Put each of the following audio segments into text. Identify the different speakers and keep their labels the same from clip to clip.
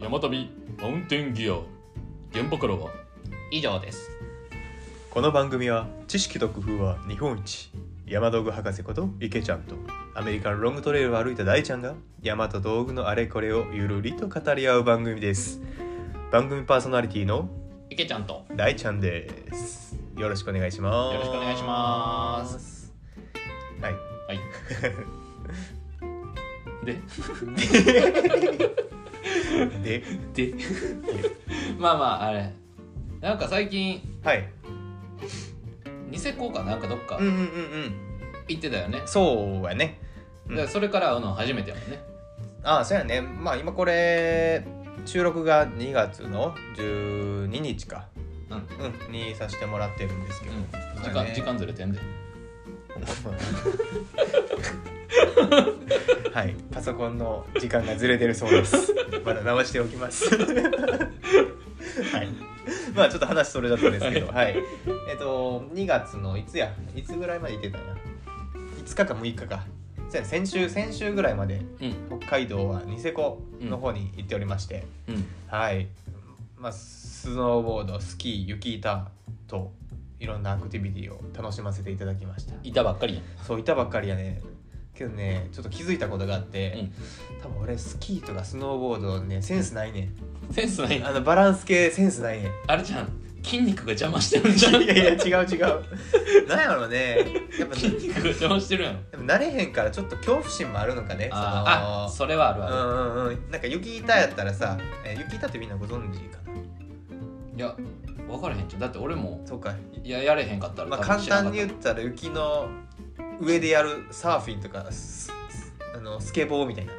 Speaker 1: 生旅マウンテンギア現場からは
Speaker 2: 以上です
Speaker 3: この番組は知識と工夫は日本一山道具博士こと池ちゃんとアメリカのロングトレイルを歩いた大ちゃんが山と道具のあれこれをゆるりと語り合う番組です番組パーソナリティの
Speaker 2: いけちゃんと
Speaker 3: 大ちゃんですよろしくお願いします
Speaker 2: よろしくお願いします
Speaker 3: はい
Speaker 2: はい
Speaker 1: で
Speaker 3: で
Speaker 1: で まあまああれなんか最近
Speaker 3: はい
Speaker 1: ニセコかなんかどっか
Speaker 3: うんうんうんうん
Speaker 1: 行ってたよね、
Speaker 3: そうやねうん
Speaker 1: だからそれから会うの初めてやもんね
Speaker 3: ああそうやねまあ今これ収録が2月の12日か
Speaker 1: うん
Speaker 3: うんにさせてもらってるんですけど、
Speaker 1: うん時
Speaker 3: そうや
Speaker 1: 間
Speaker 3: ね
Speaker 1: 時間ずれてんで
Speaker 3: はい、パソコンの時間がずれてるそうです。 まだ直しておきます。はい。まあちょっと話それだったんですけど、はい。えっと2月のいつや、いつぐらいまで行ってたんや。5日か6日か。そうやね先週先週ぐらいまで
Speaker 1: うん
Speaker 3: 北海道はニセコの方に行っておりまして、
Speaker 1: うん
Speaker 3: はい。まあスノーボード、スキー、雪板といろんなアクティビティを楽しませていただきました。
Speaker 1: いたばっかりやん
Speaker 3: そういたばっかりやねけどねちょっと気づいたことがあって、
Speaker 1: うん
Speaker 3: 多分俺スキーとかスノーボードねセンスないね
Speaker 1: センスない
Speaker 3: んあのバランス系センスな いねん
Speaker 1: あれじゃん筋肉が邪魔してるん じゃん
Speaker 3: いやいや違う違うなんやろうねやっぱ
Speaker 1: 筋肉が邪魔してるやん
Speaker 3: でも慣れへんからちょっと恐怖心もあるのかね
Speaker 1: あーあ
Speaker 3: そ
Speaker 1: それはある
Speaker 3: の
Speaker 1: ある、
Speaker 3: うんうんうんなんか雪板やったらさ、えー雪板ってみんなご存知かない
Speaker 1: や分からへんじゃんだって俺も
Speaker 3: そうか、
Speaker 1: いややれへんかったら
Speaker 3: まあ、
Speaker 1: 多分
Speaker 3: 簡
Speaker 1: 知らな
Speaker 3: 単に
Speaker 1: かっ
Speaker 3: 言ったら雪の上でやるサーフィンとかススあのスケボーみたいな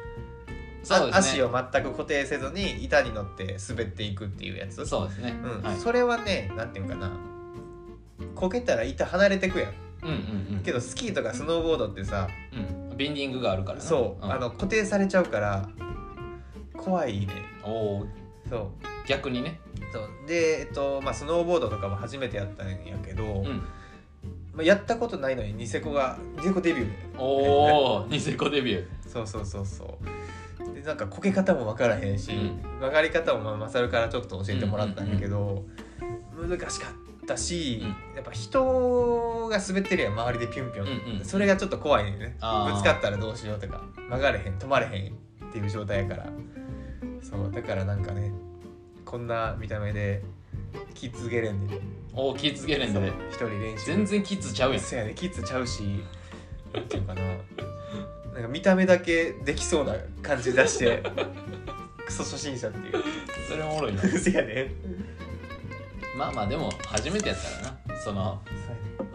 Speaker 1: た
Speaker 3: あ
Speaker 1: そうです
Speaker 3: 足
Speaker 1: ね
Speaker 3: を全く固定せずに板に乗って滑っていくっていうやつ
Speaker 1: そうですね、
Speaker 3: うん
Speaker 1: はい、
Speaker 3: それはねなんていうんかなこけたら板離れてくやん
Speaker 1: うんうん
Speaker 3: けどスキーとかスノーボードってさ
Speaker 1: うんうんビンディングがあるからな
Speaker 3: そう、
Speaker 1: ん
Speaker 3: あの固定されちゃうから怖いね
Speaker 1: おー
Speaker 3: そう
Speaker 1: 逆にね
Speaker 3: そうでえっとまあスノーボードとかも初めてやったんやけど、
Speaker 1: うん
Speaker 3: まあ、やったことないのにニセコがニセコデビュー
Speaker 1: おおニセコデビュー
Speaker 3: そうそうそうそうでなんかこけ方も分からへんし、
Speaker 1: うん
Speaker 3: 曲がり方もまあマサルからちょっと教えてもらったんやけど、難しかったし、
Speaker 1: う
Speaker 3: やっぱ人が滑ってるやん周りでピュンピュン、
Speaker 1: うんうん
Speaker 3: それがちょっと怖いねんねぶ
Speaker 1: あー
Speaker 3: つかったらどうしようとか曲がれへん止まれへんっていう状態やからそうだからなんかねこんな見た目でキッズゲレンデで
Speaker 1: おおキッズゲレンデで
Speaker 3: そう一人練習
Speaker 1: 全然キッズちゃうやん
Speaker 3: そうやねキッズちゃうしなんていうかななんか見た目だけできそうな感じ出してクソ初心者っていう
Speaker 1: それおもろいな
Speaker 3: そうやね
Speaker 1: まあまあでも初めてやったらなその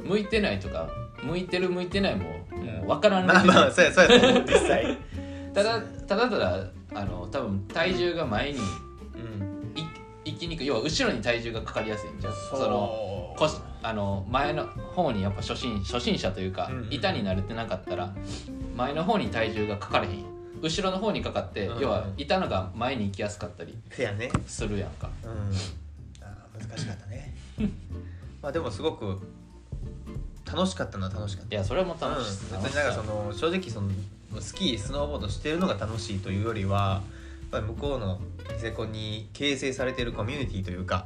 Speaker 1: 向いてないとか向いてる向いてないももう分からん
Speaker 3: まあまあそうやそうやと思う実際
Speaker 1: ただただただあの多分体重が前に
Speaker 3: うん
Speaker 1: い行きにくい要は後ろに体重がかかりやすいんじゃんその腰あの前の方にやっぱ初心初心者というか、
Speaker 3: うんうん
Speaker 1: 板に慣れてなかったら前の方に体重がかかれへん後ろの方にかかって、
Speaker 3: うんうん
Speaker 1: 要は板のが前に行きやすかったり
Speaker 3: せやね
Speaker 1: するやんか
Speaker 3: うんあー難しかったねまあでもすごく楽しかったのは楽しかっ
Speaker 1: い
Speaker 3: た
Speaker 1: やそれも楽しい、
Speaker 3: うん、
Speaker 1: 楽
Speaker 3: 別
Speaker 1: し
Speaker 3: になんか
Speaker 1: さ
Speaker 3: その正直そのスキースノーボードしてるのが楽しいというよりはやっぱり向こうのニセコに形成されてるコミュニティというか、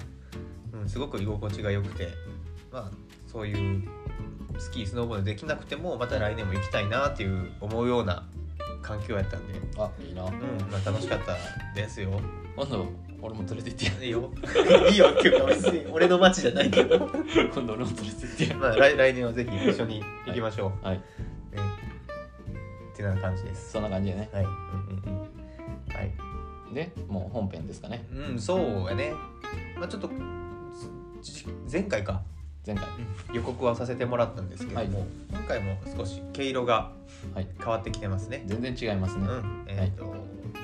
Speaker 3: うん、すごく居心地が良くて、まあ、そういうスキースノーボードできなくてもまた来年も行きたいなっていう思うような環境やったんで、うん
Speaker 1: あいいな
Speaker 3: まあ、楽しかったですよ。
Speaker 1: 今度俺も連れて行っ
Speaker 3: いいよいいよっていうか別に俺の街じゃないけど、
Speaker 1: てや 今度俺も連れて行ってや
Speaker 3: まあ、来来年はぜひ一緒に行きましょう。
Speaker 1: はい
Speaker 3: ねってな感じです。
Speaker 1: そんな感じでね
Speaker 3: はい。うんうんうん。はい。
Speaker 1: でもう本編ですかね
Speaker 3: うん、そうやね。まあちょっとじ前回か
Speaker 1: 前回
Speaker 3: 予告はさせてもらったんですけども、
Speaker 1: は
Speaker 3: 今回も少し毛色が
Speaker 1: はい
Speaker 3: 変わってきてますね。
Speaker 1: 全然違いますね、
Speaker 3: うん。えっ、と、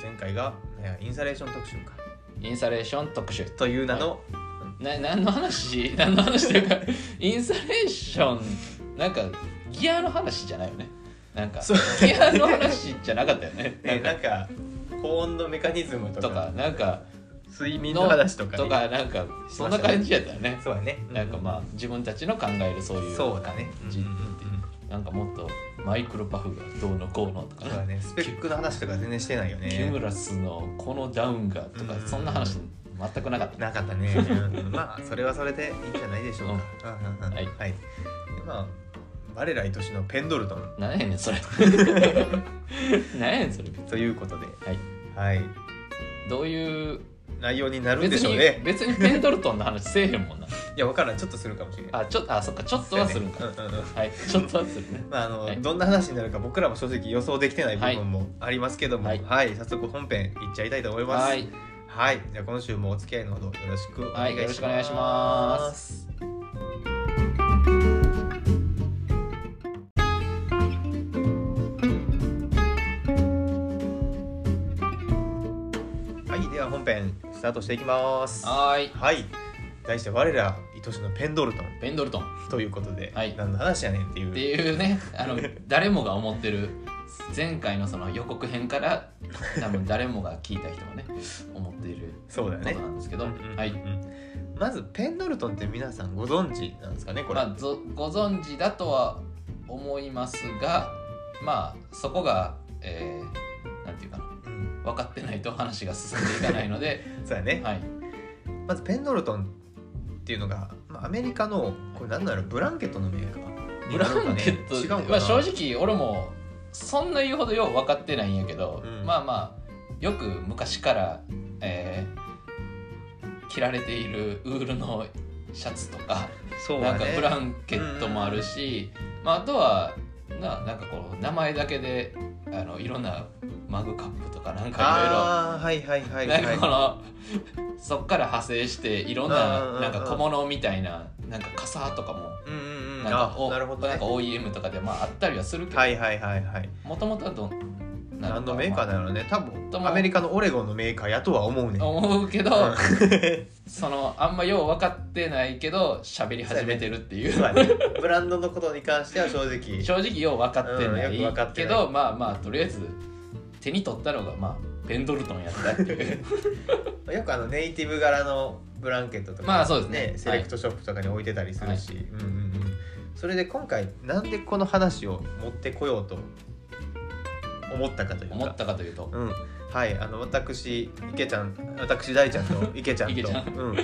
Speaker 3: 前回がねインサレーション特集か
Speaker 1: インサレーション特集
Speaker 3: という名の、
Speaker 1: な何の話 何の話というかインサレーションなんかギアの話じゃないよねなんか
Speaker 3: そう
Speaker 1: ギアの話じゃなかったよ ねな
Speaker 3: ね
Speaker 1: んか
Speaker 3: なんか高温のメカニズムとか
Speaker 1: とかなんか
Speaker 3: 睡眠の話とかね、
Speaker 1: とかなんかそんな感じやったよね
Speaker 3: そうやね。
Speaker 1: なんかまあ自分たちの考えるそういう
Speaker 3: そうだね。
Speaker 1: 人
Speaker 3: うんうんうん
Speaker 1: なんかもっとマイクロパフがどうのこうのとか
Speaker 3: そうだねスペックの話とか全然してないよね
Speaker 1: キュムラスのこのダウンがとか
Speaker 3: うん
Speaker 1: そんな話全くなかった
Speaker 3: なかったね、うんまあそれはそれでいいんじゃないでしょうか、うんうんうん
Speaker 1: はい
Speaker 3: はい、でまあ我ら愛しのペンドルトン
Speaker 1: 何やねん それ何やねんそれ
Speaker 3: ということで
Speaker 1: はい
Speaker 3: はい
Speaker 1: どういう
Speaker 3: 内容になるんで
Speaker 1: 別
Speaker 3: しょう
Speaker 1: に
Speaker 3: ね
Speaker 1: 別にペンドルトンの話せえへん もんない
Speaker 3: や分からんちょっとするかもしれない
Speaker 1: あちょっとあそっかちょっとはするんか、
Speaker 3: うんうんうん
Speaker 1: はいちょっとはするね
Speaker 3: まああの
Speaker 1: はい
Speaker 3: どんな話になるか僕らも正直予想できてない部分もありますけども、は
Speaker 1: はいい
Speaker 3: 早速本編いっちゃいたいと思います。
Speaker 1: は
Speaker 3: はい、
Speaker 1: い
Speaker 3: じゃあ今週もお付き合いのほどよろしくお願いします。。
Speaker 1: はいよろしくお願いします
Speaker 3: はい、では本編スタートしていきます。は
Speaker 1: はーい
Speaker 3: い、題して我ら愛しのペンドルトン
Speaker 1: ペンドルトン
Speaker 3: ということで、
Speaker 1: はい
Speaker 3: 何の話やねんっていう。
Speaker 1: っていう ねあの誰もが思ってる前回のその予告編から多分誰もが聞いた人がね思っている
Speaker 3: そうだよ
Speaker 1: こと
Speaker 3: ね。
Speaker 1: なんですけど、
Speaker 3: うんうんうんうん
Speaker 1: はい、
Speaker 3: まずペンドルトンって皆さんご存知なんですかねこれ、
Speaker 1: まあ、ぞご存知だとは思いますがまあそこが、えーなんていうかな
Speaker 3: うん
Speaker 1: 分かってないと話が進んでいかないの で、
Speaker 3: そうやね、
Speaker 1: はい、
Speaker 3: まずペンドルトンっていうのが、まあ、アメリカのこれ何だろうブランケットのメーカー
Speaker 1: ブランケット、
Speaker 3: 違うかな、
Speaker 1: まあ、正直俺もそんな言うほどよう分かってないんやけど、
Speaker 3: うん
Speaker 1: まあまあよく昔から、えー着られているウールのシャツとか、
Speaker 3: そう
Speaker 1: な
Speaker 3: だ
Speaker 1: んか
Speaker 3: ね
Speaker 1: ブランケットもあるし、まあ、あとはななんかこう名前だけであのいろんなマグカップとかなんか
Speaker 3: あーはいはいはい
Speaker 1: いろいろ。な
Speaker 3: は
Speaker 1: ん
Speaker 3: い
Speaker 1: かこの、そっから派生していろん
Speaker 3: うんうんう
Speaker 1: なんなんか小物みたいななんか傘とかも
Speaker 3: うんうんうん
Speaker 1: なんか
Speaker 3: あ
Speaker 1: お
Speaker 3: なるほどね
Speaker 1: なんか OEM とかでまああったりはするけど
Speaker 3: はいはいはいはい
Speaker 1: もともとはどな
Speaker 3: 何のメーカー
Speaker 1: よ
Speaker 3: だろうね多
Speaker 1: と
Speaker 3: 分
Speaker 1: も
Speaker 3: アメリカのオレゴンのメーカーやとは思うね
Speaker 1: 思うけど
Speaker 3: うん
Speaker 1: そのあんまよう分かってないけど喋り始めてるってい
Speaker 3: そう
Speaker 1: う
Speaker 3: や ねブランドのことに関しては正直
Speaker 1: 正直よう分かってな
Speaker 3: うんよく分かっ
Speaker 1: い
Speaker 3: て
Speaker 1: け
Speaker 3: な
Speaker 1: どまあまあとりあえず手に取ったのがまあペンドルトンやったっていう
Speaker 3: よくあのネイティブ柄のブランケットとか、
Speaker 1: まあそうですねはい
Speaker 3: セレクトショップとかに置いてたりするし、うんうんうん、それで今回なんでこの話を持ってこようと思ったかというか
Speaker 1: 思ったかというと
Speaker 3: うんはい、あの私池ちゃん私大ちゃん と池ちゃん
Speaker 1: 池
Speaker 3: と
Speaker 1: ちゃん
Speaker 3: うん、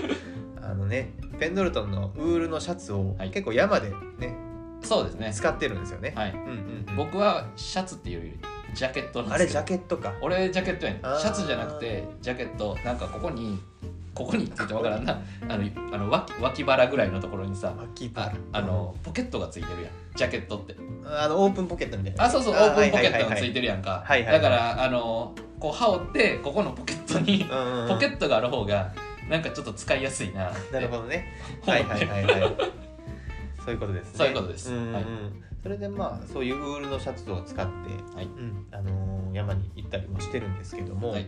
Speaker 3: あのねペンドルトンのウールのシャツを
Speaker 1: はい
Speaker 3: 結構山でね、
Speaker 1: そうですね
Speaker 3: 使ってるんですよね、
Speaker 1: はい
Speaker 3: うんうんうん、
Speaker 1: 僕はシャツっていうよりジャケットなん
Speaker 3: あ
Speaker 1: で
Speaker 3: れ
Speaker 1: すけど
Speaker 3: ジャケットか
Speaker 1: 俺ジャケットやねんシ
Speaker 3: あー
Speaker 1: ャツじゃなくてジャケットなんかここにここにって言ってわからんなあのあの脇脇腹ぐらいのところにさ
Speaker 3: 脇
Speaker 1: ああのポケットがついてるやんジャケットって
Speaker 3: あのオープンポケットみたいな
Speaker 1: あそうそうオ
Speaker 3: あ
Speaker 1: ープンポケットが
Speaker 3: はいはいはいはい
Speaker 1: ついてるやんか
Speaker 3: はいはいは
Speaker 1: だ
Speaker 3: い
Speaker 1: からあのこう羽織ってここのポケットに
Speaker 3: うんうんうん
Speaker 1: ポケットがある方がなんかちょっと使いやすいなって
Speaker 3: なるほどね。
Speaker 1: 思
Speaker 3: は
Speaker 1: っ
Speaker 3: い
Speaker 1: て
Speaker 3: はいはいはい。そういうことですね。
Speaker 1: そういうことです
Speaker 3: んうんうん
Speaker 1: はい
Speaker 3: それでまあそういうウールのシャツを使って、
Speaker 1: はい
Speaker 3: うんあのー山に行ったりもしてるんですけども、
Speaker 1: はい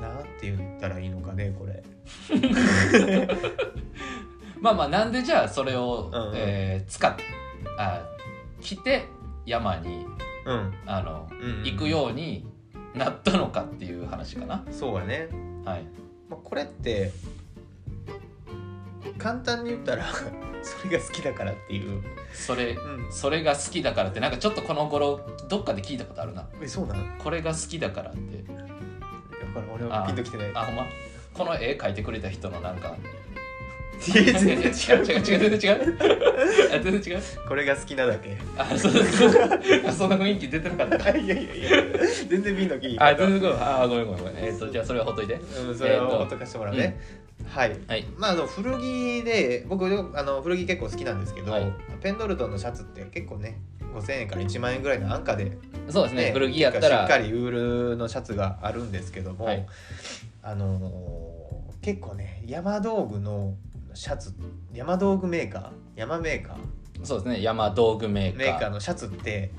Speaker 3: なんて言ったらいいのかねこれ。
Speaker 1: まあまあなんでじゃあそれを
Speaker 3: うんうん
Speaker 1: えー使っあ着て山に
Speaker 3: うん。
Speaker 1: あの
Speaker 3: うんうん
Speaker 1: 行くようになったのかっていう話かな
Speaker 3: そうやね。
Speaker 1: はい
Speaker 3: まあ、これって簡単に言ったら それが好きだからっていう。
Speaker 1: それ
Speaker 3: うん。
Speaker 1: それが好きだからってなんかちょっとこの頃どっかで聞いたことあるな
Speaker 3: えそうなん？だ
Speaker 1: これが好きだからって
Speaker 3: から俺はピンときてない。
Speaker 1: あほんまこの絵描いてくれた人のなんか
Speaker 3: 全
Speaker 1: 違う
Speaker 3: 然
Speaker 1: 違う違う
Speaker 3: 違う
Speaker 1: 違う全然違う あ全然違う
Speaker 3: これが好きな だけ。
Speaker 1: あそうそうあそんな雰囲気出てなかった
Speaker 3: いやいやいや。全然ピンとき。
Speaker 1: あ全然ごめんあごめんごめんごめんえっ、とじゃあそれはほっといて
Speaker 3: うん、それをほっとかしてもらうね、はい
Speaker 1: はい
Speaker 3: まああの古着で僕あの古着結構好きなんですけど、
Speaker 1: はい
Speaker 3: ペンドルトンのシャツって結構ね5000円から1万円ぐらいの安価で、ね
Speaker 1: そうですね古着やったら
Speaker 3: しっかりウールのシャツがあるんですけども、
Speaker 1: はい
Speaker 3: あのー結構ね山道具のシャツ山道具メーカー山メーカー
Speaker 1: そうですね山道具メーカー
Speaker 3: メーカーのシャツって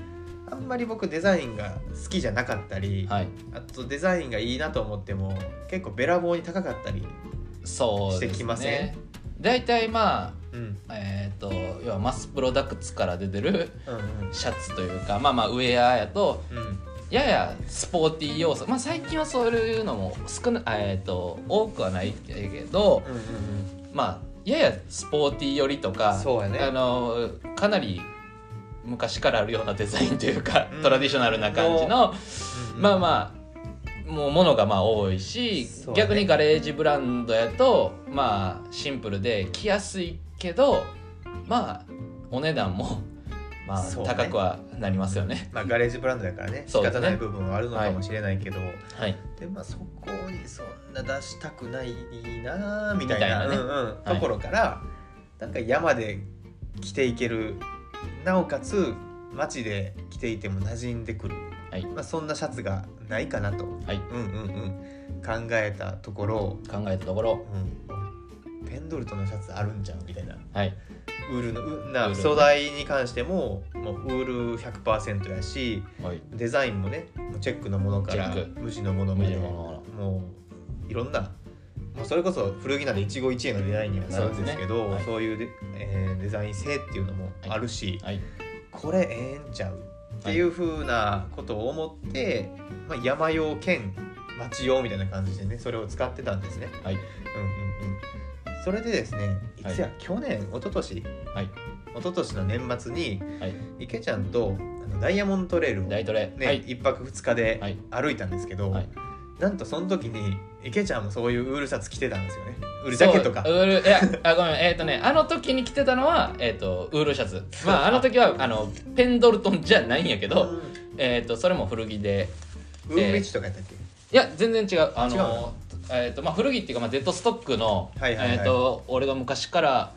Speaker 3: あんまり僕デザインが好きじゃなかったり、
Speaker 1: はい
Speaker 3: あとデザインがいいなと思っても結構べらぼうに高かったり、
Speaker 1: そうですね
Speaker 3: してきません
Speaker 1: 大体ま
Speaker 3: うん、
Speaker 1: あえっ、と要はマスプロダクツから出てる
Speaker 3: うんうん
Speaker 1: シャツというかまあまあウェアやと
Speaker 3: うん
Speaker 1: ややスポーティー要素まあ最近はそういうのも少なあえっ、と多くはないけど
Speaker 3: うんうん
Speaker 1: まあややスポーティー寄りとか
Speaker 3: そうやね
Speaker 1: あのかなり昔からあるようなデザインというか、
Speaker 3: うん
Speaker 1: トラディショナルな感じの、まあまあもう物がまあ多いし、
Speaker 3: そうね
Speaker 1: 逆にガレージブランドやとまあシンプルで着やすいけどまあお値段もまあ
Speaker 3: そうね
Speaker 1: 高くはなりますよね。
Speaker 3: まあガレージブランドだからね仕
Speaker 1: そうです
Speaker 3: 方
Speaker 1: ね
Speaker 3: ない部分はあるのかもしれないけど、
Speaker 1: はい、
Speaker 3: でまあそこにそんな出したくないなあみたいな
Speaker 1: みたいなね
Speaker 3: うんうん、
Speaker 1: は
Speaker 3: と
Speaker 1: い
Speaker 3: ころから、なんか山で着ていけるなおかつ街で着ていても馴染んでくる、
Speaker 1: はい
Speaker 3: まあ、そんなシャツがないかなと、
Speaker 1: はい
Speaker 3: うんうんうん、考えたところ、
Speaker 1: 考えたところ
Speaker 3: うん、ペンドルトンのシャツあるんじゃんみたいな
Speaker 1: はい
Speaker 3: ウールのうな
Speaker 1: ウール
Speaker 3: 素材に関してももうウール100%やし
Speaker 1: はい
Speaker 3: デザインもねもうチェックのものから
Speaker 1: チェッ
Speaker 3: 無地のものま
Speaker 1: 無
Speaker 3: で
Speaker 1: 地のも
Speaker 3: もういろんなもうそれこそ古着なんで一期一会のデザインにはなるんですけどそう
Speaker 1: そうですねはい
Speaker 3: いうデ,、えーデザイン性っていうのもあるし、
Speaker 1: のはい
Speaker 3: これええんちゃうっていうふうなことを思って、まあ、山用兼町用みたいな感じでねそれを使ってたんですね。
Speaker 1: はい
Speaker 3: うんうんうん、それでですねいつや、去年一昨年
Speaker 1: はい
Speaker 3: 一昨年の年末に、
Speaker 1: はい
Speaker 3: 池ちゃんとあのダイヤモンドレールを、
Speaker 1: 大
Speaker 3: ね
Speaker 1: トレ、はい
Speaker 3: 一泊二日で
Speaker 1: はい
Speaker 3: 歩いたんですけど、
Speaker 1: はい
Speaker 3: なんとその時に池ちゃんもそういうウールシャツ着てたんですよねウールジャケットか
Speaker 1: そうウールいやあごめんえっ、とねあの時に着てたのはえっ、とウールシャツまああの時はあのペンドルトンじゃないんやけど、
Speaker 3: うん
Speaker 1: えっ、とそれも古着で
Speaker 3: ウールメッチとかやったっけ、
Speaker 1: いや全然違うあ
Speaker 3: 違うの
Speaker 1: のえっ、とまあ古着っていうかまあデッドストックの、
Speaker 3: はいはいはい
Speaker 1: えっ、と俺が昔から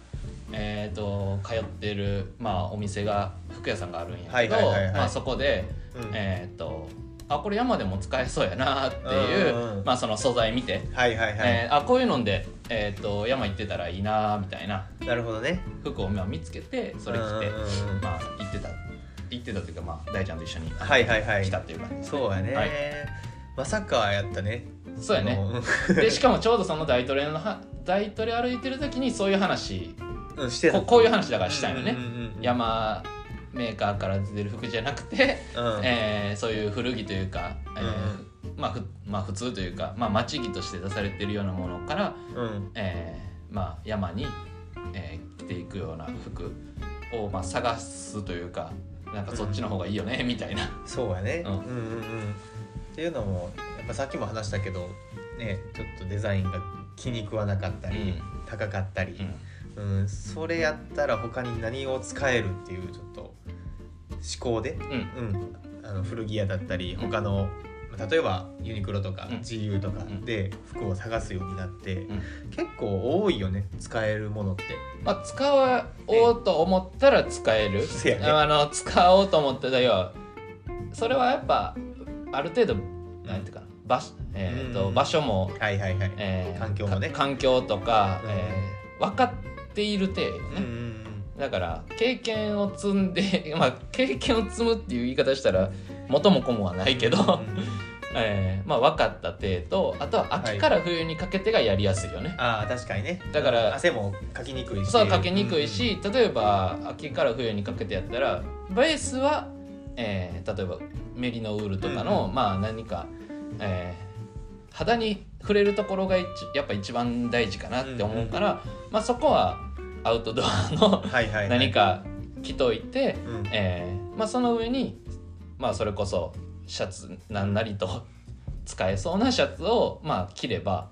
Speaker 1: えっ、と通ってるまあお店が服屋さんがあるんや
Speaker 3: は
Speaker 1: け
Speaker 3: い
Speaker 1: ど、
Speaker 3: はいはいはい
Speaker 1: まあそこで
Speaker 3: うん
Speaker 1: えっ、とあこれ山でも使えそうやなっていう、
Speaker 3: うんうん
Speaker 1: まあその素材見て
Speaker 3: はいはいはい、
Speaker 1: えーあこういうので、えー、と山行ってたらいいなーみたいな
Speaker 3: なるほどね
Speaker 1: 服をまあ見つけてそれ着て
Speaker 3: うんうんうん
Speaker 1: まあ行ってた行ってたというかまあ大ちゃんと一緒に
Speaker 3: はいはいはい
Speaker 1: 来たっていう感じですね
Speaker 3: そうやね、
Speaker 1: はい
Speaker 3: まさかやったね
Speaker 1: そうやねでしかもちょうどその大トレのは大トレ歩いてる時にそういう話
Speaker 3: うん、うん、してた
Speaker 1: ここういう話だからしたんよね
Speaker 3: うんうんうんうん
Speaker 1: 山メーカーから出てる服じゃなくて、
Speaker 3: うん
Speaker 1: えーそういう古着というか、えー
Speaker 3: うん
Speaker 1: まあ、ふまあ普通というか、まあ、町着として出されてるようなものから
Speaker 3: うん
Speaker 1: えーまあ、山に、えー着ていくような服を、まあ、探すというかなんかそっちの方がいいよね、みたいな
Speaker 3: そうやね、う、
Speaker 1: うんん
Speaker 3: うんうんっていうのもやっぱさっきも話したけどねちょっとデザインが気に食わなかったり、
Speaker 1: うん
Speaker 3: 高かったり、うんそれやったら他に何を使えるっていうちょっと思考で、
Speaker 1: うん、うん
Speaker 3: うん、あの古着屋だったり
Speaker 1: うん
Speaker 3: 他の、例えばユニクロとか
Speaker 1: うん
Speaker 3: GU とか
Speaker 1: うん
Speaker 3: で服を探すようになって、
Speaker 1: ん
Speaker 3: 結構多いよね使えるものって。
Speaker 1: まあ、使おうと思ったら使える
Speaker 3: せやね
Speaker 1: あの使おうと思ってたよそれはやっぱある程度なんていうかな場,、えーと
Speaker 3: うん
Speaker 1: 場所も、
Speaker 3: はいはいはい。
Speaker 1: えー
Speaker 3: 環境もね
Speaker 1: か環境とか、
Speaker 3: うん
Speaker 1: えー分かっている程度ね、
Speaker 3: うんうん
Speaker 1: だから経験を積んで まあ経験を積むっていう言い方したら元も子もはないけ
Speaker 3: う
Speaker 1: ど、
Speaker 3: んうん
Speaker 1: えーまあ分かった程度あとは秋から冬にかけてがやりやすいよね、
Speaker 3: ああ確か にね
Speaker 1: だから
Speaker 3: 汗もかきにくいし
Speaker 1: そうかけにくい、し例えば秋から冬にかけてやったらベースは、えー例えばメリノウールとかの、まあ何か、えー肌に触れるところが一やっぱ一番大事かなって思うから、まあそこはアウトドアの
Speaker 3: うんはいはいはい、
Speaker 1: 何か着といて、
Speaker 3: うん
Speaker 1: えーまあ、その上に、まあ、それこそシャツなんなりと使えそうなシャツを、まあ、着れば、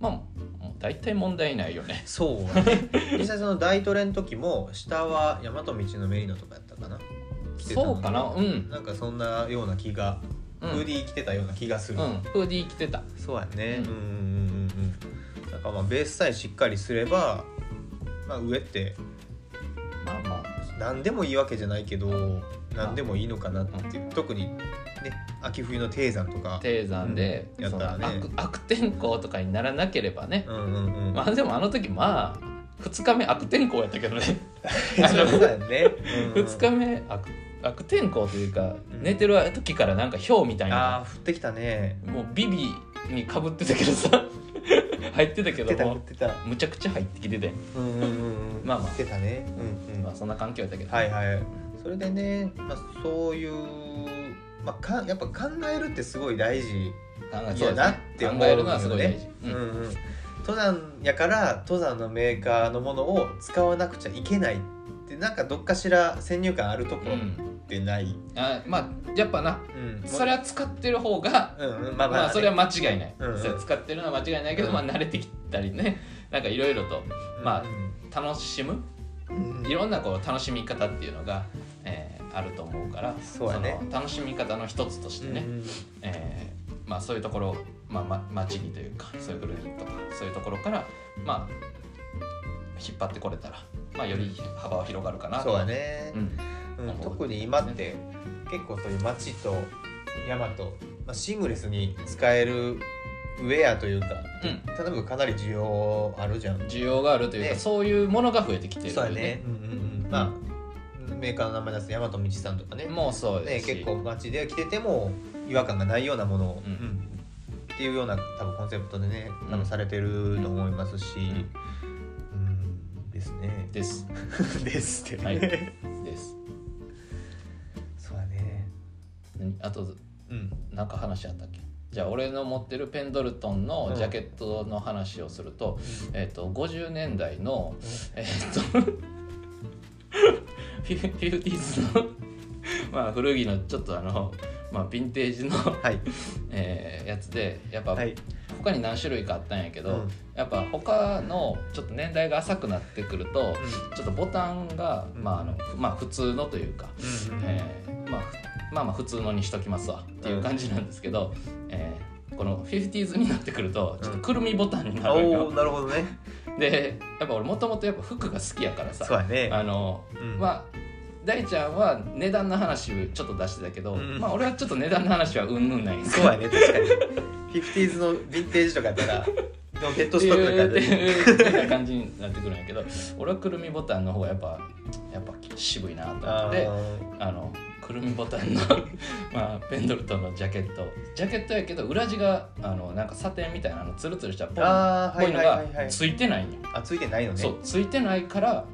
Speaker 1: まあ、もう大体問題ないよね。
Speaker 3: そうだね実際その大トレの時も下は大和道のメリノとかやったかな着てたの
Speaker 1: そうかなうん、
Speaker 3: なんかそんなような気が、
Speaker 1: う
Speaker 3: フー
Speaker 1: ん
Speaker 3: ディー着てたような気がする、
Speaker 1: うん、フーディー着てた
Speaker 3: そうやね
Speaker 1: うん
Speaker 3: うんうんうんうんなんかまあベースさえしっかりすれば、まあ、上って
Speaker 1: まあまあ
Speaker 3: 何でもいいわけじゃないけど何でもいいのかなっていう、特にね秋冬の低山とか
Speaker 1: 低山で、
Speaker 3: うんやったらね
Speaker 1: その悪悪天候とかにならなければね、
Speaker 3: うんうんうん
Speaker 1: まあでもあの時まあ2日目悪天候やったけどねあの
Speaker 3: そうだよ ね、うんうん
Speaker 1: 2日目悪悪天候というか
Speaker 3: うん
Speaker 1: 寝てる時からなんか氷みたいな
Speaker 3: あー降ってきたね
Speaker 1: もうビビにかぶってたけどさ 入ってたけ
Speaker 3: 降って
Speaker 1: ど
Speaker 3: た降っ
Speaker 1: も
Speaker 3: てた
Speaker 1: むちゃくちゃ入ってきてて、
Speaker 3: うんうんうんうん
Speaker 1: まあまあ
Speaker 3: 降ってたねうんうん
Speaker 1: まあ、そんな環境だけど、
Speaker 3: はいはいそれでね、まあ、そういう、まあ、かやっぱ考えるってすごい大事
Speaker 1: 考え
Speaker 3: い
Speaker 1: そうです
Speaker 3: やなっ
Speaker 1: ね
Speaker 3: て思う
Speaker 1: 考えるのはすごい大事、
Speaker 3: うん
Speaker 1: う
Speaker 3: うんん登山やから登山のメーカーのものを使わなくちゃいけないっでなんかどっかしら先入観あるとこ
Speaker 1: うん
Speaker 3: ってない、
Speaker 1: あまあやっぱな
Speaker 3: うん
Speaker 1: それは使ってる方が
Speaker 3: うんうんま
Speaker 1: ま
Speaker 3: あ
Speaker 1: あ、
Speaker 3: まあ、
Speaker 1: それは間違いない、
Speaker 3: うんうん
Speaker 1: それ使ってるのは間違いないけど、
Speaker 3: うん
Speaker 1: まあ慣れてきたりねなんかいろいろとまあ楽しむ
Speaker 3: うん
Speaker 1: いろんなこう楽しみ方っていうのが、えーあると思うから
Speaker 3: そうやね
Speaker 1: その楽しみ方の一つとしてね、
Speaker 3: うん
Speaker 1: えーまあ、そういうところ、まあま、街にというかそういう古着とかそういうところから、まあ、引っ張ってこれたら、まあ、より幅は広がるかなと
Speaker 3: そうやね
Speaker 1: う、ん
Speaker 3: うん特に今って結構そういう街と山と、まあ、シングレスに使えるウェアというか
Speaker 1: うん
Speaker 3: 例えばかなり需要あるじゃん
Speaker 1: 需要があるというか、
Speaker 3: ね
Speaker 1: そういうものが増えてきてる
Speaker 3: そう
Speaker 1: よ
Speaker 3: やね、うんうんうん、まあメーカーの名前出す大和道さんとかね
Speaker 1: もうそう
Speaker 3: ね
Speaker 1: ですし、
Speaker 3: 結構街で着てても違和感がないようなものを、
Speaker 1: うん
Speaker 3: うんっていうような多分コンセプトでね多
Speaker 1: うん
Speaker 3: 分されてると思いますし、うん
Speaker 1: ん
Speaker 3: ですね
Speaker 1: です
Speaker 3: ですって、
Speaker 1: はいです
Speaker 3: そうやね
Speaker 1: 何あと
Speaker 3: うん
Speaker 1: なんか話あったっけじゃあ俺の持ってるペンドルトンのジャケットの話をすると,、えっと50年代の、えっとフィフィフティーズのまあ古着のちょっとあの、まあ、ヴィンテージの、
Speaker 3: はい
Speaker 1: えーやつでやっぱ
Speaker 3: はい
Speaker 1: 他に何種類かあったんやけど、
Speaker 3: うん
Speaker 1: やっぱ他のちょっと年代が浅くなってくると、ちょっとボタンが、まああのまあ、普通のというか、
Speaker 3: うんうん
Speaker 1: えーまあ、ふまあまあ普通のにしときますわっていう感じなんですけど、えーこの 50s になってくるとちょっとくるみボタンになるん
Speaker 3: おお
Speaker 1: よ、
Speaker 3: なるほどね
Speaker 1: でやっぱ俺もともとやっぱ服が好きやから
Speaker 3: そう
Speaker 1: さ
Speaker 3: やね
Speaker 1: あの、
Speaker 3: うん
Speaker 1: まあ大ちゃんは値段の話ちょっと出してたけど、
Speaker 3: うん
Speaker 1: まあ俺はちょっと値段の話はうんぬんないんです
Speaker 3: そうやね確かに 50s のヴィンテージとかやったらでもヘッド
Speaker 1: って
Speaker 3: ス
Speaker 1: い
Speaker 3: トックと
Speaker 1: う
Speaker 3: か
Speaker 1: って
Speaker 3: で
Speaker 1: いうような感じになってくるんやけど俺はくるみボタンの方がやっぱやっぱ渋いなと思
Speaker 3: あ
Speaker 1: って
Speaker 3: ー
Speaker 1: あのくるみボタンの まあペンドルトンのジャケットジャケットやけど裏地があのなんかサテンみたいなあのツルツルしたポンっ
Speaker 3: あー
Speaker 1: ぽ
Speaker 3: はいい
Speaker 1: の
Speaker 3: はい
Speaker 1: が
Speaker 3: はいはい
Speaker 1: ついてないんよ、
Speaker 3: あついてないのね
Speaker 1: そうついてないから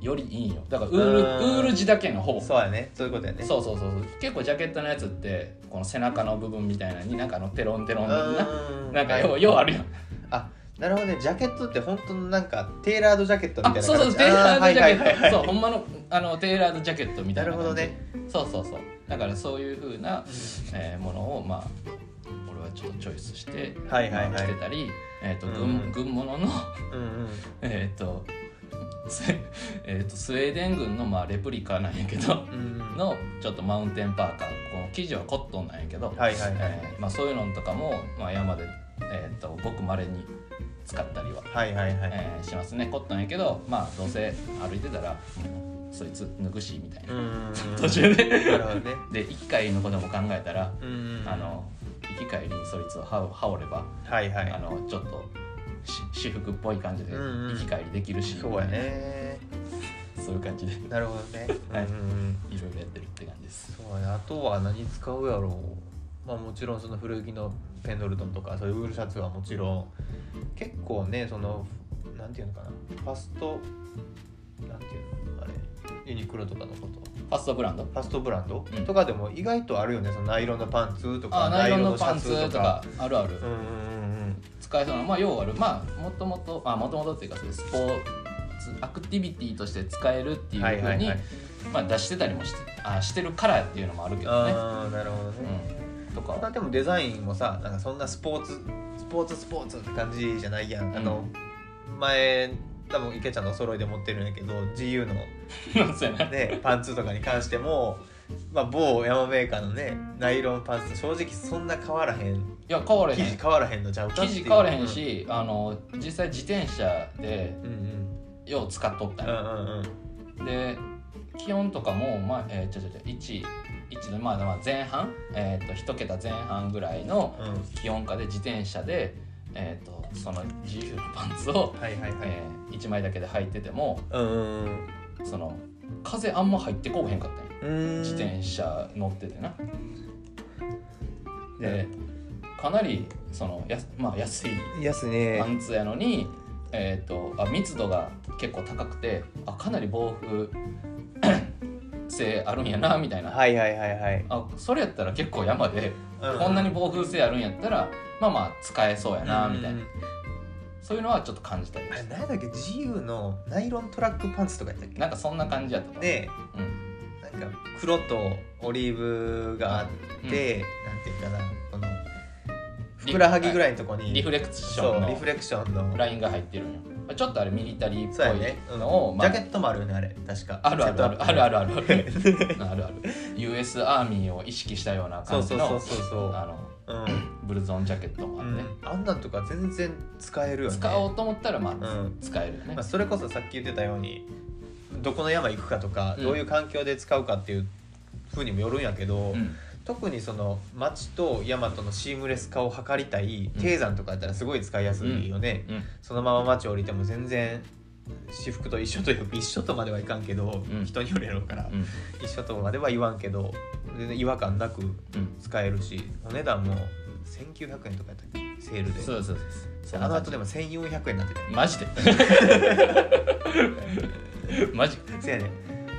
Speaker 1: よりいいんよだからウール
Speaker 3: あー
Speaker 1: ウール地だけのほぼ
Speaker 3: そうやねそういうことやね
Speaker 1: そうそうそうそう結構ジャケットのやつってこの背中の部分みたいなのになんかあのテロンテロンな
Speaker 3: う
Speaker 1: なんか
Speaker 3: はい
Speaker 1: ようようあるやん
Speaker 3: あなるほどねジャケットって本当のなんかテーラードジャケット
Speaker 1: あ
Speaker 3: みたいな
Speaker 1: そうそうテーラードジ
Speaker 3: あはい
Speaker 1: ャ
Speaker 3: はい
Speaker 1: ケ
Speaker 3: は
Speaker 1: ッ
Speaker 3: い
Speaker 1: トそうほんまのあのテーラードジャケットみた
Speaker 3: ない
Speaker 1: な
Speaker 3: るほど
Speaker 1: 感じ
Speaker 3: ね
Speaker 1: そうそうそうだからそういうふうな、えーものをまあ俺はちょっとチョイスして、
Speaker 3: はいはいはい
Speaker 1: まあ着てたり、えーと軍
Speaker 3: うん
Speaker 1: 軍物の
Speaker 3: うんうん
Speaker 1: えっとス,、えー、とスウェーデン軍のまあレプリカなんやけど
Speaker 3: うんうん
Speaker 1: のちょっとマウンテンパーカーこの生地はコットンなんやけど、
Speaker 3: はいはいはい
Speaker 1: えーまあ、そういうのとかも、まあ、山で、えー、とごくまれに使ったりは、
Speaker 3: はいはいはい
Speaker 1: えーしますねコットンやけどまあどうせ歩いてたらもうそいつ脱ぐしみたいな、
Speaker 3: うんうんうん
Speaker 1: 途中で
Speaker 3: なるほどね
Speaker 1: で一回のことも考えたら、
Speaker 3: うんうんうん
Speaker 1: あの行き帰りにそいつを羽羽織れば、
Speaker 3: はいは
Speaker 1: あ
Speaker 3: い
Speaker 1: のちょっとし私服っぽい感じで
Speaker 3: うんうん
Speaker 1: 行き帰りできるし、
Speaker 3: そうやね
Speaker 1: そういう感じでい
Speaker 3: なるほどね
Speaker 1: はい
Speaker 3: うんうんうん
Speaker 1: ろいろやってるって感じです
Speaker 3: そうやねあとは何使うやろうまあもちろんその古着のペンドルトンとかそういうウールシャツはもちろん結構ねそのなんていうのかなファストなんていうのあれユニクロとかのこと
Speaker 1: ファストブランド
Speaker 3: ファストブランド、
Speaker 1: うん
Speaker 3: とかでも意外とあるよねそのナイロンのパンツとか
Speaker 1: あナイロンのパン
Speaker 3: ナイロ
Speaker 1: ツ
Speaker 3: のシャ
Speaker 1: とかあるある、
Speaker 3: うんうんうん
Speaker 1: 使えそうなまあ要はあるまあもともとあもともとっていうかそういうスポーツアクティビティとして使えるって
Speaker 3: う
Speaker 1: い
Speaker 3: ん
Speaker 1: うふうに、まあ、出してたりもしてあしてるからっていうのもあるけどね、
Speaker 3: ああなるほどね、
Speaker 1: うん、と
Speaker 3: また
Speaker 1: か
Speaker 3: でもデザインもさなんかそんなスポーツスポーツスポーツって感じじゃないやん、あの前多分池ちゃんのお揃いで持ってるんやけど GU の、
Speaker 1: そうやな
Speaker 3: ね、パンツとかに関しても、まあ、某山メーカーのねナイロンパンツと正直そんな変わらへん
Speaker 1: いや変われへ
Speaker 3: 生
Speaker 1: ん
Speaker 3: 地変わらへんのちゃうかってい
Speaker 1: 生
Speaker 3: う
Speaker 1: 地変われへん、し、あの実際自転車で
Speaker 3: うん、うん
Speaker 1: よう使っとった
Speaker 3: うんうん
Speaker 1: よ、
Speaker 3: うんうん
Speaker 1: で気温とかも、まあえー、ちょちょちょ1 1の、まあ、まあ前半、えー、と1桁前半ぐらいの
Speaker 3: う
Speaker 1: 気温下で自転車で、えー、とその自由のパンツを
Speaker 3: ん、、はいはいはい、
Speaker 1: え1枚だけで履いてても
Speaker 3: うんうん
Speaker 1: その風あんま入ってこうへんかったんよ
Speaker 3: うん
Speaker 1: 自転車乗っててな。でかなりそのやす、まあ、安い
Speaker 3: 安ね
Speaker 1: パンツやのに、えー、とあ密度が結構高くてあかなり防風 性あるんやなみたいな、
Speaker 3: はいはいはいはい、
Speaker 1: あそれやったら結構山で、
Speaker 3: う
Speaker 1: こんなに防風性あるんやったらまあまあ使えそうやなみたいな、
Speaker 3: うんうん
Speaker 1: そういうのはちょっと感じたり
Speaker 3: あ
Speaker 1: し
Speaker 3: れ
Speaker 1: て
Speaker 3: 何だっけ自由のナイロントラックパンツとかやったっけ
Speaker 1: なんかそんな感じやったかな
Speaker 3: で
Speaker 1: うん
Speaker 3: なんか黒とオリーブがあ
Speaker 1: う
Speaker 3: っ
Speaker 1: ん
Speaker 3: て、なんていうかなこのふくらはぎぐらいのとこに
Speaker 1: リフレクシ
Speaker 3: そ
Speaker 1: ョン
Speaker 3: うリフ
Speaker 1: の
Speaker 3: レクションの
Speaker 1: ラインが入ってるんよちょっとあれミリタリーっ
Speaker 3: そうや
Speaker 1: ぽ
Speaker 3: ね、う
Speaker 1: い
Speaker 3: ん
Speaker 1: のを、まあ
Speaker 3: ジャケットもあるよねあれ確か
Speaker 1: あるあるあるあるあ
Speaker 3: る
Speaker 1: るあるあるある US アーミーを意識したような
Speaker 3: そ
Speaker 1: 感
Speaker 3: う
Speaker 1: じ
Speaker 3: そうそ
Speaker 1: の
Speaker 3: うそうそう
Speaker 1: あの
Speaker 3: うん
Speaker 1: ブルゾンジャケットもあるね、
Speaker 3: あんなんとか全然使えるよね
Speaker 1: 使おうと思ったらま
Speaker 3: う
Speaker 1: あ、
Speaker 3: ん
Speaker 1: 使えるよね、
Speaker 3: まあ、それこそさっき言ってたようにどこの山行くかとか、
Speaker 1: うん
Speaker 3: どういう環境で使うかっていうふうにもよるんやけど、
Speaker 1: うん
Speaker 3: 特にその町と山とのシームレス化を図りたい
Speaker 1: うん
Speaker 3: 低山とかやったらすごい使いやすいよね、
Speaker 1: うん
Speaker 3: そのまま町降りても全然私服と一緒というか一緒とまではいかんけど、
Speaker 1: うん
Speaker 3: 人によるやろうから、
Speaker 1: うん
Speaker 3: 一緒とまでは言わんけど全然違和感なく
Speaker 1: うん
Speaker 3: 使えるしお値段も1900円とかやったっけセールで
Speaker 1: そうそうそうそう
Speaker 3: あの
Speaker 1: で
Speaker 3: 後でも1400円になってたよ
Speaker 1: マジで マジ
Speaker 3: せやねん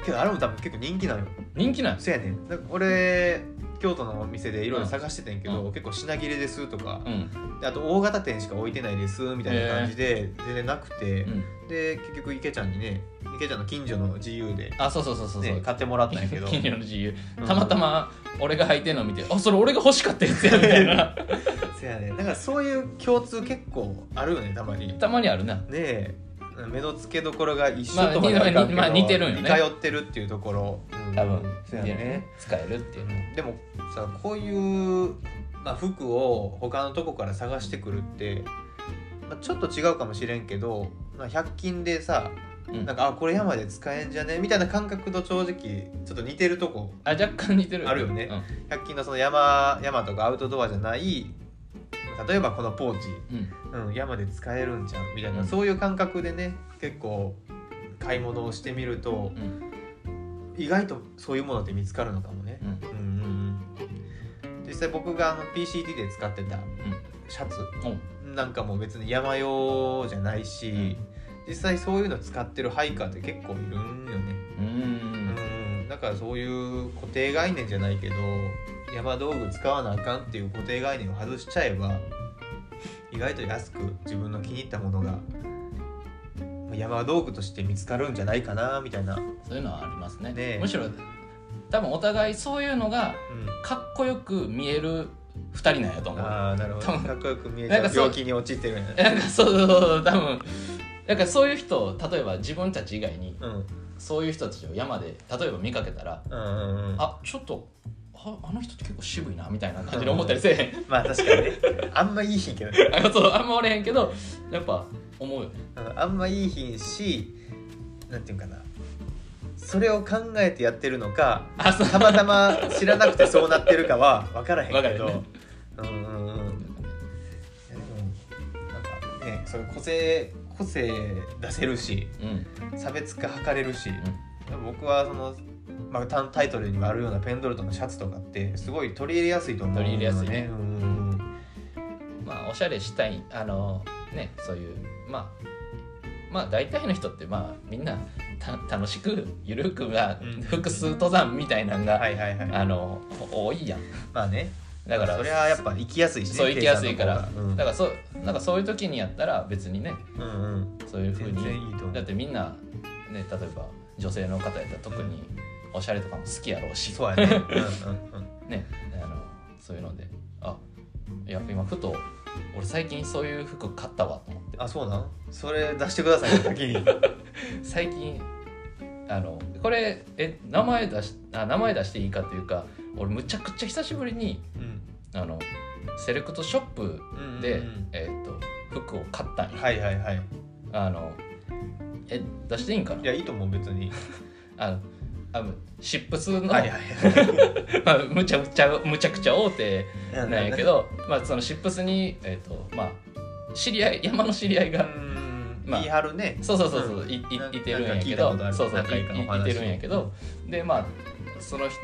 Speaker 3: けどあれも多分結構人気なのよ
Speaker 1: 人気なんです
Speaker 3: せやねんなんか俺京都のお店でいろいろ
Speaker 1: うん
Speaker 3: 探してたんやけど、
Speaker 1: う
Speaker 3: 結構品切れですとか
Speaker 1: う、ん
Speaker 3: であと大型店しか置いてないですみたいな感じで全然なくて、
Speaker 1: うん
Speaker 3: で結局池ちゃんにね池ちゃんの近所の自由で、
Speaker 1: あそうそうそうそうそう、
Speaker 3: ね、買ってもらったん やけど
Speaker 1: 金魚の自由
Speaker 3: うん
Speaker 1: たまたま俺が履いてんのを見て、あそれ俺が欲しかったやつやみたいな
Speaker 3: せやねんだからそういう共通結構あるよねたまにね
Speaker 1: たまにあるな
Speaker 3: え目の付けどころが一
Speaker 1: ま
Speaker 3: 緒
Speaker 1: あ
Speaker 3: とまではいかんけど、
Speaker 1: まあ似てるんよね
Speaker 3: 似通ってるっていうところ、うん
Speaker 1: 多分、
Speaker 3: せやね
Speaker 1: 使えるっていう、
Speaker 3: でもさこういう、まあ、服を他のとこから探してくるって、まあ、ちょっと違うかもしれんけど、まあ、100均でさ
Speaker 1: うん
Speaker 3: なんかあこれ山で使えんじゃねみたいな感覚と正直ちょっと似てるとこ
Speaker 1: あ若干似てる
Speaker 3: あるよね
Speaker 1: う
Speaker 3: 100均のその山山とかアウトドアじゃない例えばこのポーチ、
Speaker 1: ん、うん
Speaker 3: うん、山で使えるんじゃんみたいな、
Speaker 1: うん
Speaker 3: そういう感覚でね結構買い物をしてみると
Speaker 1: う、ん
Speaker 3: 意外とそういうものって見つかるのかもね。
Speaker 1: うん
Speaker 3: うんうんうん実際僕があの PCT で使ってたシャツ
Speaker 1: うん
Speaker 3: なんかもう別に山用じゃないし、
Speaker 1: ん
Speaker 3: 実際そういうの使ってるハイカーって結構いるんよね、
Speaker 1: う
Speaker 3: うん
Speaker 1: ん
Speaker 3: うん、だからそういう固定概念じゃないけど山道具使わなあかんっていう固定概念を外しちゃえば意外と安く自分の気に入ったものが山道具として見つかるんじゃないかなみたいな、うん、
Speaker 1: そういうのはありますね
Speaker 3: ねえ
Speaker 1: むしろ多分お互いそういうのがかっこよく見える二人なんやと思う
Speaker 3: ああなるほど
Speaker 1: 多分
Speaker 3: かっこよく見えち
Speaker 1: なん
Speaker 3: ゃ
Speaker 1: か
Speaker 3: う
Speaker 1: そう
Speaker 3: 病気に陥ってるんやね
Speaker 1: なんかそうそうそう多分なんかそういう人を例えば自分たち以外に
Speaker 3: うん
Speaker 1: そういう人たちを山で例えば見かけたら
Speaker 3: うんうんうん
Speaker 1: あちょっとああの人って結構渋いなみたいな感じで思ったりせえへん
Speaker 3: まあ確かにねあんまいい品けどね
Speaker 1: あそうあんまおれへんけどやっぱ思うよね
Speaker 3: うんあんまいい品しなんていうかなそれを考えてやってるのか
Speaker 1: あそう
Speaker 3: たまたま知らなくてそうなってるかは分からへんけど、
Speaker 1: 分
Speaker 3: うんうんうんいやでもなんかねそういう個性個性出せるし
Speaker 1: うん
Speaker 3: 差別化図れるし、僕はその、まあ、タタイトルにもあるようなペンドルトンのシャツとかってすごい取り入れやすいと思う
Speaker 1: 取り入れやすいね
Speaker 3: うんうんうん
Speaker 1: まあおしゃれしたいあのねそういうまあまあ大体の人ってまあみんなた楽しくゆるくが
Speaker 3: うん
Speaker 1: 複数登山みたいなんが、
Speaker 3: はいはいはい
Speaker 1: あの多いやん
Speaker 3: まあね
Speaker 1: だから
Speaker 3: それはやっぱ行きやすいしね
Speaker 1: そう行きやすいから
Speaker 3: 計算の方がうん
Speaker 1: だからそうなんかそういう時にやったら別にね
Speaker 3: うんうん
Speaker 1: そういうふう
Speaker 3: 全
Speaker 1: に
Speaker 3: 然いいと思う
Speaker 1: だってみんなね例えば女性の方やったら特におしゃれとかも好きやろうし
Speaker 3: そうやねうんうんうん
Speaker 1: ねあのそういうのであいや今ふと俺最近そういう服買ったわと思って
Speaker 3: あそうなんそれ出してくださいよ 先に
Speaker 1: 最近あのこれえ名前出しあ名前出していいかというか俺むちゃくちゃ久しぶりに
Speaker 3: うん
Speaker 1: あのセレクトショップ
Speaker 3: うん
Speaker 1: で、
Speaker 3: うんうん
Speaker 1: えっと服を買ったんよ
Speaker 3: はいはいはい
Speaker 1: あのえ出していいんかない
Speaker 3: やいいと思う別 に
Speaker 1: あのあのシップスの、
Speaker 3: はいはい
Speaker 1: まあ、むちゃくちゃむちゃくちゃ大手
Speaker 3: な
Speaker 1: なんやけど、まあ、そのシップスに、えっとまあ、知り合い山の知り合いうが
Speaker 3: ん
Speaker 1: まあ
Speaker 3: 言い張るね
Speaker 1: そうそうそうそう、
Speaker 3: うん
Speaker 1: いい
Speaker 3: なん
Speaker 1: いてるんや
Speaker 3: なんか聞
Speaker 1: け
Speaker 3: いた
Speaker 1: ど
Speaker 3: ことある
Speaker 1: そうそう
Speaker 3: 何回かの
Speaker 1: い
Speaker 3: お話
Speaker 1: いてるんやけどでまあその人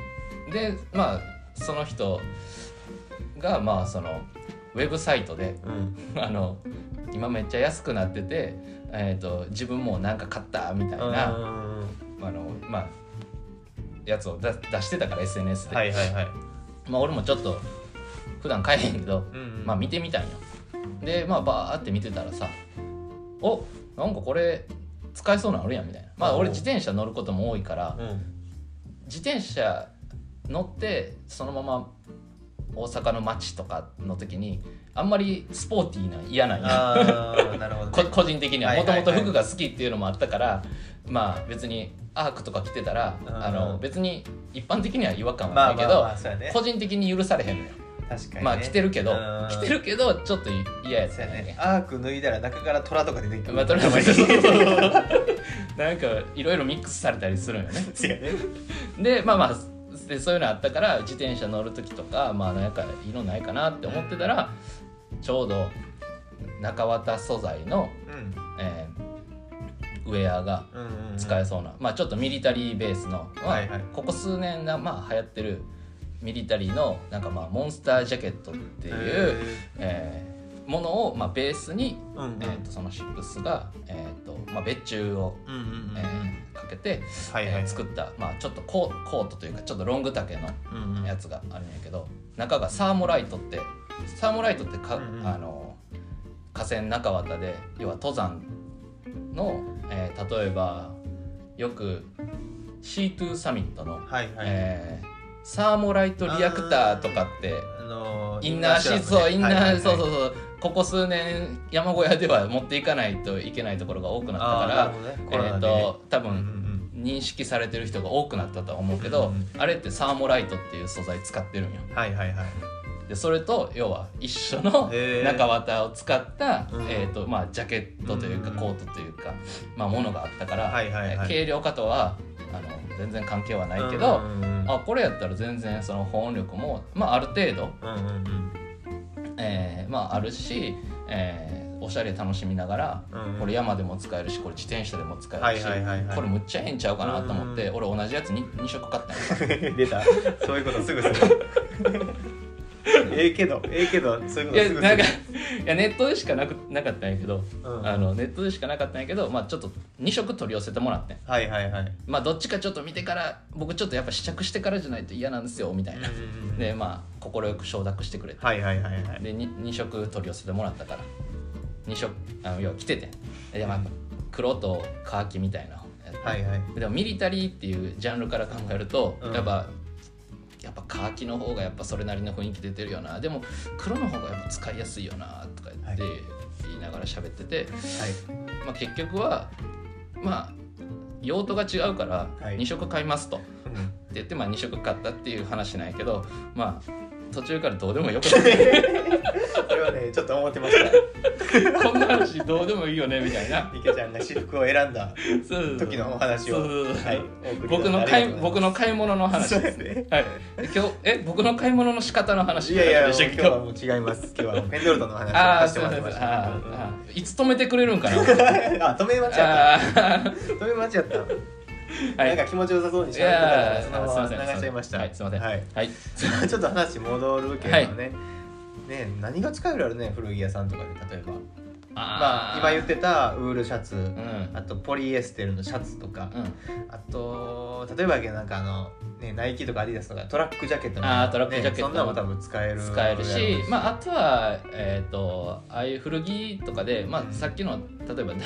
Speaker 1: でまあその人がまあそのウェブサイトで
Speaker 3: うん
Speaker 1: あの今めっちゃ安くなってて、えー、と自分もなんか買ったみたい
Speaker 3: うん
Speaker 1: な、あのまあやつを出出してたから SNS で、
Speaker 3: はいはいはい
Speaker 1: まあ俺もちょっと普段買えへんけど
Speaker 3: うんうん
Speaker 1: まあ見てみたんよでまあバーって見てたらさおなんかこれ使えそうなのあるやんみたいなまあ
Speaker 3: うん
Speaker 1: 俺自転車乗ることも多いから
Speaker 3: うん
Speaker 1: 自転車乗ってそのまま大阪の街とかの時にあんまりスポーティーな嫌なんや
Speaker 3: ああなるほど、
Speaker 1: こ
Speaker 3: ね、
Speaker 1: 個人的には
Speaker 3: はい
Speaker 1: も
Speaker 3: はい
Speaker 1: と
Speaker 3: はい
Speaker 1: もと服が好きっていうのもあったから、まあ別にアークとか着てたら
Speaker 3: うん
Speaker 1: あの別に一般的には違和感は
Speaker 3: ま
Speaker 1: な
Speaker 3: あ
Speaker 1: いけ
Speaker 3: まあ
Speaker 1: ど、
Speaker 3: まあそうやね
Speaker 1: 個人的に許されへんのよ、
Speaker 3: 確かに、ね、
Speaker 1: まあ着てるけど
Speaker 3: うん
Speaker 1: 着てるけどちょっと嫌やつ
Speaker 3: そう
Speaker 1: や
Speaker 3: やね
Speaker 1: ね
Speaker 3: アーク脱いだら中から虎とか出てき
Speaker 1: まあとりあえずなんかいろいろミックスされたりするんよね
Speaker 3: そうやね
Speaker 1: でまあまあでそういうのあったから自転車乗る時とかまあなんか色ないかなって思ってたらちょうど中綿素材の、
Speaker 3: うん
Speaker 1: えーウェアが
Speaker 3: うんうんうん
Speaker 1: 使えそうな、まあちょっとミリタリーベースの、まあ
Speaker 3: はいはい
Speaker 1: ここ数年がまあ流行ってるミリタリーのなんかまあモンスタージャケットっていう、えーものをまあベースに、
Speaker 3: うんうん
Speaker 1: えー、とそのシックスが、えーとまあ、別注を、
Speaker 3: うんうんうんうん
Speaker 1: えーかけて、
Speaker 3: はいは
Speaker 1: え
Speaker 3: い
Speaker 1: ー作った、まあ、ちょっとコーコートというかちょっとロング丈の
Speaker 3: うんうん
Speaker 1: やつがあるんやけど中がサーモライトってサーモライトってか、
Speaker 3: うんうん
Speaker 1: あの河川中綿で要は登山の、えー例えばよく C2 サミットの、
Speaker 3: はいはい、
Speaker 1: えーサーモライトリアクターとかって
Speaker 3: あの
Speaker 1: インナーシーツをインナー、そうそう
Speaker 3: う
Speaker 1: そうここ数年山小屋では持っていかないといけないところが多くなったからえっ、と多分、認識されてる人が多くなったとは思うけど、
Speaker 3: うん
Speaker 1: あれってサーモライトっていう素材使ってるんよ
Speaker 3: はいはいはい
Speaker 1: でそれと要は一緒の
Speaker 3: へー
Speaker 1: 中綿を使った、
Speaker 3: うん
Speaker 1: えーとまあ、ジャケットというか
Speaker 3: うん
Speaker 1: コートというか、まあ、ものがあったから、
Speaker 3: はいはいはい
Speaker 1: え軽量化とはあの全然関係はないけど、
Speaker 3: うんうん
Speaker 1: あこれやったら全然その保温力も、まあ、ある程度、
Speaker 3: うんうんうん
Speaker 1: えーまあ、あるし、えーおしゃれ楽しみながら、
Speaker 3: うんうん
Speaker 1: これ山でも使えるしこれ自転車でも使
Speaker 3: は
Speaker 1: える
Speaker 3: い
Speaker 1: し、
Speaker 3: はいはいはい
Speaker 1: これむっちゃええんちゃうかなと思って、
Speaker 3: う
Speaker 1: 俺同じやつ 2, 2色買ったんや
Speaker 3: 出たそういうことすぐするええけどええけどそういうことす
Speaker 1: い
Speaker 3: ぐ
Speaker 1: や
Speaker 3: す
Speaker 1: なん
Speaker 3: る
Speaker 1: かいやネットでしかなくなかったんやけど、
Speaker 3: うん
Speaker 1: あのネットでしかなかったんやけど、まあ、ちょっと2色取り寄せてもらってん
Speaker 3: はいはいはい
Speaker 1: まあどっちかちょっと見てから僕ちょっとやっぱ試着してからじゃないと嫌なんですよみたいな、でまあ快く承諾してくれて、
Speaker 3: はいはいはいはい
Speaker 1: で 2, 2色取り寄せてもらったから2色あの要は着ててんで、まあ、黒とカーキみたいなやつ
Speaker 3: はいはい
Speaker 1: でもミリタリーっていうジャンルから考えると、
Speaker 3: うん
Speaker 1: やっぱやっぱカーキの方がやっぱそれなりの雰囲気出てるよなでも黒の方がやっぱ使いやすいよなとか言って
Speaker 3: は
Speaker 1: 言いながら喋ってて、
Speaker 3: は
Speaker 1: まあ、結局はまあ用途が違うから
Speaker 3: はい
Speaker 1: 2色買いますと、
Speaker 3: い
Speaker 1: って言ってまあ2色買ったっていう話なんやけどまあ途中からどうでもよくな って
Speaker 3: これはねちょっと思ってました
Speaker 1: こんな話どうでもいいよねみたいな。
Speaker 3: 池ちゃんが私服を選んだ
Speaker 1: そう
Speaker 3: 時のお話を
Speaker 1: そうそうそう
Speaker 3: はいお送り
Speaker 1: 僕の
Speaker 3: いただ
Speaker 1: 買
Speaker 3: い
Speaker 1: い
Speaker 3: てありがとうご
Speaker 1: 僕
Speaker 3: ざい
Speaker 1: の買い物の
Speaker 3: ます
Speaker 1: 話
Speaker 3: そう
Speaker 1: で
Speaker 3: ですすね
Speaker 1: はい、今日え僕の買い物の仕方の話
Speaker 3: い やいや
Speaker 1: でした
Speaker 3: 今
Speaker 1: っけ
Speaker 3: 日はもう違います今日はペンドルトンの話を
Speaker 1: ああ
Speaker 3: させ
Speaker 1: す
Speaker 3: て
Speaker 1: い
Speaker 3: も
Speaker 1: ま
Speaker 3: ら
Speaker 1: せ
Speaker 3: い
Speaker 1: んあ
Speaker 3: ま
Speaker 1: ー
Speaker 3: した
Speaker 1: あーいつ止めてくれるん かなは
Speaker 3: あ止め間違った
Speaker 1: あー
Speaker 3: 止め間違った
Speaker 1: は
Speaker 3: なん
Speaker 1: い
Speaker 3: か気持ちよさそうにし
Speaker 1: い
Speaker 3: ゃべってたから
Speaker 1: や
Speaker 3: そ
Speaker 1: ー
Speaker 3: の
Speaker 1: あーすい
Speaker 3: ま
Speaker 1: ません
Speaker 3: ま流しちゃいました
Speaker 1: はいすいません
Speaker 3: はい
Speaker 1: はい
Speaker 3: ちょっと話戻るけどね、ね何が使えるあるね古着屋さんとかで例えばまあ今言ってたウールシャツ、
Speaker 1: うん
Speaker 3: あとポリエステルのシャツとか、
Speaker 1: うん
Speaker 3: あと例えばやけどなんかあの、ね、ナイキとかアディダスとかトラックジャケット
Speaker 1: あートラックジャケット
Speaker 3: ね、そんなのも多分使える
Speaker 1: 使える
Speaker 3: やろう
Speaker 1: し、まあ、あとは、えー、とああいう古着とかで、ま
Speaker 3: うん
Speaker 1: あ、さっきの例えば だ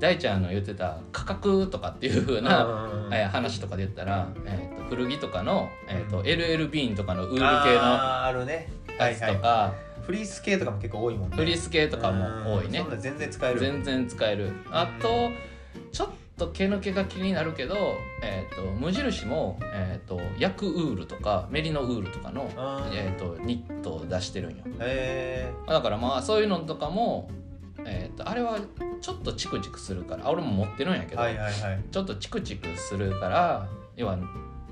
Speaker 1: 大ちゃんの言ってた価格とかっていう風
Speaker 3: う
Speaker 1: なん
Speaker 3: うんうん
Speaker 1: えー話とかで言ったら、えー、と古着とかの、えー、と LL ビーンとかのウール系
Speaker 3: あーあるね
Speaker 1: の
Speaker 3: はい
Speaker 1: やつ
Speaker 3: は
Speaker 1: と
Speaker 3: い
Speaker 1: か、
Speaker 3: フリース系とかも結構多いもんね
Speaker 1: フリース系とかも多いね
Speaker 3: うんそんな全然使える
Speaker 1: 全然使えるあとちょっと毛の毛が気になるけど、えー、と無印も、えー、とヤクウールとかメリノウールとかの、
Speaker 3: あー
Speaker 1: えー、とニットを出してるんよ
Speaker 3: え
Speaker 1: だからまあそういうのとかも、えー、とあれはちょっとチクチクするからあ俺も持ってるんやけ
Speaker 3: ー、
Speaker 1: ど、
Speaker 3: はいはいはい、
Speaker 1: ちょっとチクチクするから要は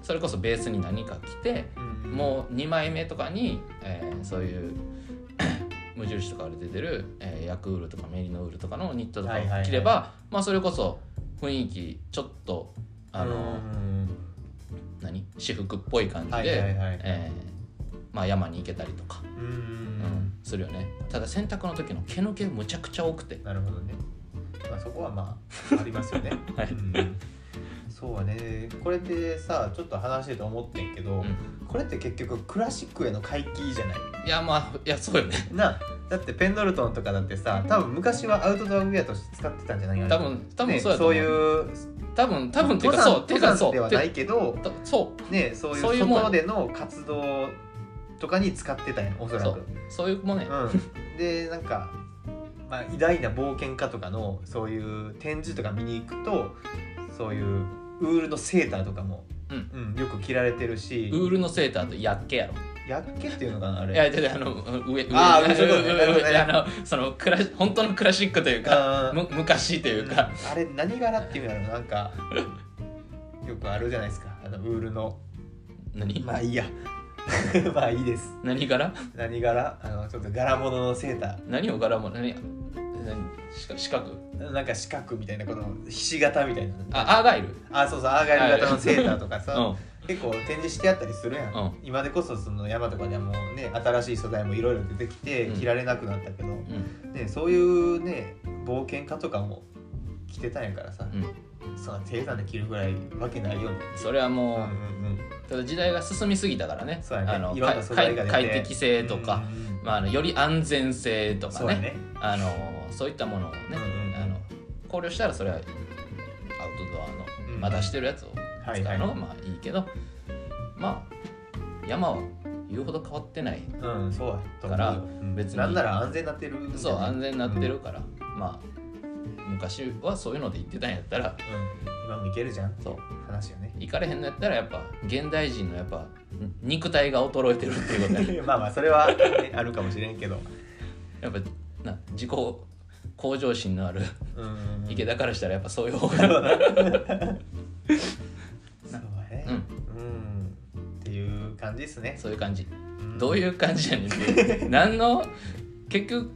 Speaker 1: それこそベースに何か着て
Speaker 3: うん
Speaker 1: もう2枚目とかに、えーそういう 無印とかで出てる、えーヤクウールとかメリノウールとかのニットとか
Speaker 3: はいはいは
Speaker 1: を
Speaker 3: い
Speaker 1: 着れば、まあそれこそ雰囲気ちょっとあの、
Speaker 3: うん
Speaker 1: 何私服っぽい感じで、
Speaker 3: はいはいはい
Speaker 1: えーまあ、山に行けたりとか、
Speaker 3: うんうん
Speaker 1: うん
Speaker 3: うん
Speaker 1: するよねただ洗濯の時の毛の毛むちゃくちゃ多くて
Speaker 3: なるほどね、まあ、そこはま あありますよね、
Speaker 1: はい
Speaker 3: うんそうはねこれでさちょっと話してて思ってんけど、
Speaker 1: うん
Speaker 3: これって結局クラシックへの回帰じゃない
Speaker 1: いやまあいやそうよね
Speaker 3: なだってペンドルトンとかだってさ多分昔はアウトドアウェアとして使ってたんじゃない
Speaker 1: 多分多分
Speaker 3: ね
Speaker 1: そうやと
Speaker 3: そう
Speaker 1: 思う,、
Speaker 3: いう
Speaker 1: 多分多分て
Speaker 3: 登
Speaker 1: かそ
Speaker 3: 山
Speaker 1: うて
Speaker 3: 登
Speaker 1: か
Speaker 3: 山
Speaker 1: そう
Speaker 3: では
Speaker 1: て
Speaker 3: ないけど
Speaker 1: とそう
Speaker 3: ねそう
Speaker 1: そう
Speaker 3: い
Speaker 1: いううもん
Speaker 3: 外での活動とかに使ってたんやおそら
Speaker 1: そう
Speaker 3: く。
Speaker 1: そういうもんね、
Speaker 3: うん、でなんか、まあ、偉大な冒険家とかのそういう展示とか見に行くとそういうウールのセーターとかも、
Speaker 1: うん
Speaker 3: うんよく着られてるし
Speaker 1: ウールのセーターとやっけやろ
Speaker 3: やっけっていうのかなあれ
Speaker 1: いやじゃあの上上
Speaker 3: あー
Speaker 1: 上
Speaker 3: そういうことね
Speaker 1: 上上あのそのクラ本当のクラシックというか
Speaker 3: あー
Speaker 1: む昔というか、
Speaker 3: うんあれ何柄っていうのなんかよくあるじゃないですかあのウールの
Speaker 1: 何、
Speaker 3: まあいいや まあいいです
Speaker 1: 何柄
Speaker 3: 何柄あのちょっと柄物のセータ
Speaker 1: 何を柄も何何四角四角
Speaker 3: ーなんか四角みたいなこのひし形みたいな
Speaker 1: あアーガイル
Speaker 3: あそうそうアーガイル型のセーターとかさ、
Speaker 1: うん
Speaker 3: 結構展示してあったりするやん、
Speaker 1: うん
Speaker 3: 今でこそその山とかでもね新しい素材もいろいろ出てきて
Speaker 1: うん
Speaker 3: 着られなくなったけど、
Speaker 1: うん
Speaker 3: ね、そういうね冒険家とかも着てたんやからさ、
Speaker 1: うん
Speaker 3: その低山で着るぐらいわけないよね、
Speaker 1: それはもう、
Speaker 3: うんうんうん、
Speaker 1: ただ時代が進みすぎたからね
Speaker 3: そうやね
Speaker 1: あの
Speaker 3: いろんな素材が
Speaker 1: かい
Speaker 3: 出て
Speaker 1: 快適性とか、
Speaker 3: うんうんうん
Speaker 1: まあ、あのより安全性とか
Speaker 3: そう
Speaker 1: ね
Speaker 3: やね
Speaker 1: あのそういったものをね、
Speaker 3: うんうん
Speaker 1: あの考慮したらそれはアウトドアの、
Speaker 3: うん
Speaker 1: まあ、出してるやつを
Speaker 3: はい
Speaker 1: 使
Speaker 3: は
Speaker 1: う
Speaker 3: い
Speaker 1: のがまあいいけど、まあ山は言うほど変わってない
Speaker 3: うんそうやと思うよ
Speaker 1: から
Speaker 3: うん
Speaker 1: 別に
Speaker 3: なんなら安全になってる
Speaker 1: そう安全になってるから、まあ昔はそういうので行ってたんやったら
Speaker 3: うん、今もいけるじゃん
Speaker 1: そう
Speaker 3: 話よね
Speaker 1: 行かれへんのやったらやっぱ現代人のやっぱ肉体が衰えてるっていうこと やね
Speaker 3: まあまあそれは、ね、あるかもしれんけど、
Speaker 1: やっぱな自己向上心のある
Speaker 3: うん、
Speaker 1: 池
Speaker 3: た
Speaker 1: 田からしたらやっぱそういう方が、
Speaker 3: そうやね
Speaker 1: うん、
Speaker 3: うんっていう感じですね。
Speaker 1: そういう感じ
Speaker 3: ん
Speaker 1: どういう感じやねんって いう何の結局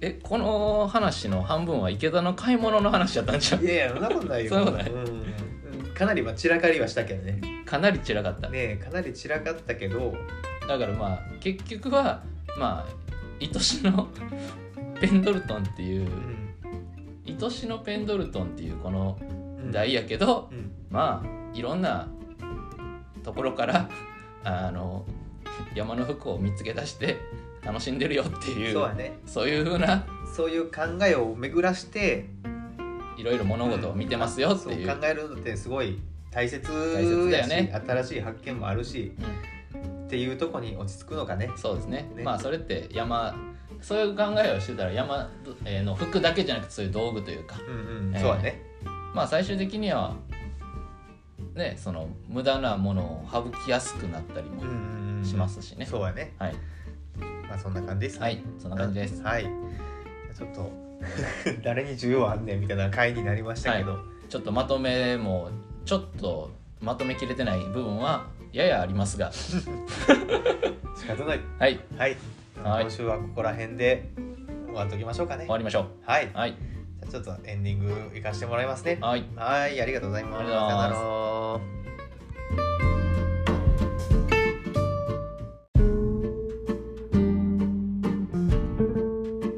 Speaker 1: えこの話の半分は池田の買い物の話やったんじゃ
Speaker 3: いやいや、そんなことないよ。
Speaker 1: そんなことない
Speaker 3: うん、かなりまあ散らかりはしたけどね。
Speaker 1: んかなり散らかった
Speaker 3: ねえかなり散らかったけど、
Speaker 1: だからまあ結局はまあ愛しの ペンドルトンっていう
Speaker 3: う
Speaker 1: 愛しのペンドルトンっていうこの
Speaker 3: ん
Speaker 1: 台やけど、
Speaker 3: うん、
Speaker 1: まあいろんなところから あの山の服を見つけ出して楽しんでるよっていう
Speaker 3: そうやね。
Speaker 1: そういうふうな
Speaker 3: そういう考えを巡らして、
Speaker 1: いろいろ物事を見てますよって
Speaker 3: そう
Speaker 1: いう。
Speaker 3: 考えるのってすごい大切
Speaker 1: 大切だ
Speaker 3: や
Speaker 1: よ
Speaker 3: し、
Speaker 1: ね
Speaker 3: 新しい発見もあるし、
Speaker 1: うん
Speaker 3: っていうとこに落ち着くのがね。
Speaker 1: そうですね
Speaker 3: ね
Speaker 1: まあそれって山そういう考えをしてたら山えーの服だけじゃなくてそういう道具というか
Speaker 3: うんうん、
Speaker 1: ええ
Speaker 3: そうやね。
Speaker 1: まあ最終的にはねその無駄なものを省きやすくなったりも
Speaker 3: うんうんうん
Speaker 1: しますしね、
Speaker 3: そうやね。
Speaker 1: はい、
Speaker 3: まあそんな感じですね。
Speaker 1: はい、そんな感じです、
Speaker 3: はい。ちょっと 誰に需要あんねんみたいな回になりましたけど、
Speaker 1: ちょっとまとめもちょっとまとめきれてない部分はややありますが
Speaker 3: 仕方ない。
Speaker 1: はい
Speaker 3: はい。
Speaker 1: はい
Speaker 3: 今週はここら辺で終わっときましょうかね
Speaker 1: 終。わりましょ
Speaker 3: はい。
Speaker 1: うはい
Speaker 3: じゃあちょっとエンディングいかしてもらいますね。
Speaker 1: はい
Speaker 3: はい、ありがとうございます。
Speaker 1: ありがとうございます
Speaker 3: さよなら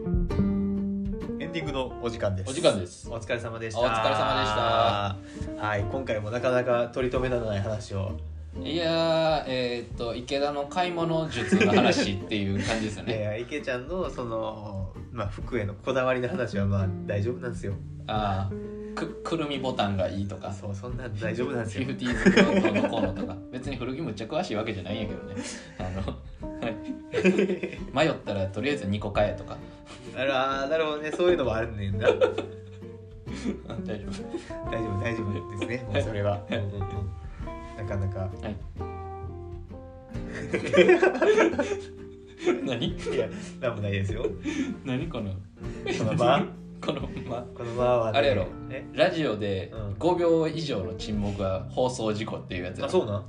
Speaker 3: エンディングのお時間です。
Speaker 1: お時間です
Speaker 3: お疲れ様でした。
Speaker 1: お疲れ様
Speaker 3: でした。はい、今回もなかなか取り留めのない話を。
Speaker 1: いやーえーっと池田の買い物術の話って いう感じですよね
Speaker 3: えー、池ちゃんのその、まあ、服へのこだわりの話はまあ大丈夫なんですよ。
Speaker 1: あーくくるみボタンがいいとか
Speaker 3: そう、そんなん大丈夫なんです
Speaker 1: フィ
Speaker 3: よ
Speaker 1: フ。ティーズのどう のこうのとか別に古着むっちゃ詳しいわけじゃないんやけどねあのはい迷ったらとりあえず2個買えとか
Speaker 3: あら、なるほどね、そういうのもあるねんな。
Speaker 1: 大丈夫
Speaker 3: 大丈夫大丈夫ですね もうそれは、うんうんうんなかなか
Speaker 1: はい何
Speaker 3: いやなんもないです よ
Speaker 1: 何この
Speaker 3: この場
Speaker 1: このま
Speaker 3: この場は、ね、
Speaker 1: あれやろ
Speaker 3: え
Speaker 1: ラジオで
Speaker 3: うん
Speaker 1: 5秒以上の沈黙は放送事故っていうやつや
Speaker 3: あ
Speaker 1: ろ
Speaker 3: そうなん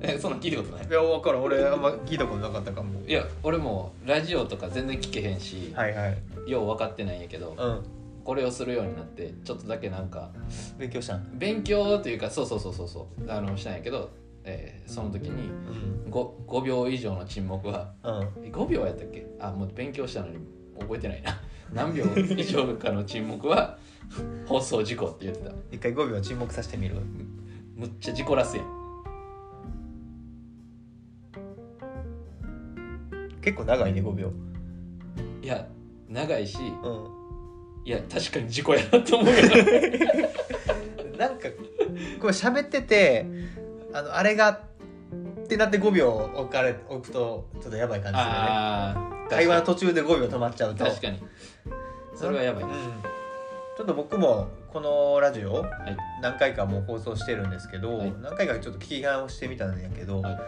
Speaker 1: えそんなん聞いたことない
Speaker 3: いや分からん俺あんま聞いたことなかったかも
Speaker 1: いや俺もラジオとか全然聞けへんし、
Speaker 3: はいはい
Speaker 1: よう分かってないんやけど
Speaker 3: うん
Speaker 1: これをするようになってちょっとだけなんか
Speaker 3: 勉強したん
Speaker 1: 勉強というかそうそうそうそうそうあのしたんやけど、えーその時に
Speaker 3: うん、
Speaker 1: 5, 5秒以上の沈黙は
Speaker 3: うん、
Speaker 1: え5秒やったっけあもう勉強したのに覚えてないな 何秒以上かの沈黙は 放送事故って言ってた
Speaker 3: 一回5秒沈黙させてみる
Speaker 1: むっちゃ事故らすやん
Speaker 3: 結構長いね5秒
Speaker 1: いや長いし
Speaker 3: う
Speaker 1: いや確かに事故やなと思うよ
Speaker 3: ん、なんかこう喋っててあのあれがってなって5秒置かれ置くとちょっとやばい感じするよね
Speaker 1: あー
Speaker 3: 会話の
Speaker 1: 確
Speaker 3: 途中で5秒止まっちゃうと
Speaker 1: かに確かにそれはやばい
Speaker 3: うん
Speaker 1: な、
Speaker 3: ちょっと僕もこのラジオ
Speaker 1: はい
Speaker 3: 何回かもう放送してるんですけど、
Speaker 1: はい
Speaker 3: 何回かちょっと聞き返をしてみたんやけど、
Speaker 1: はい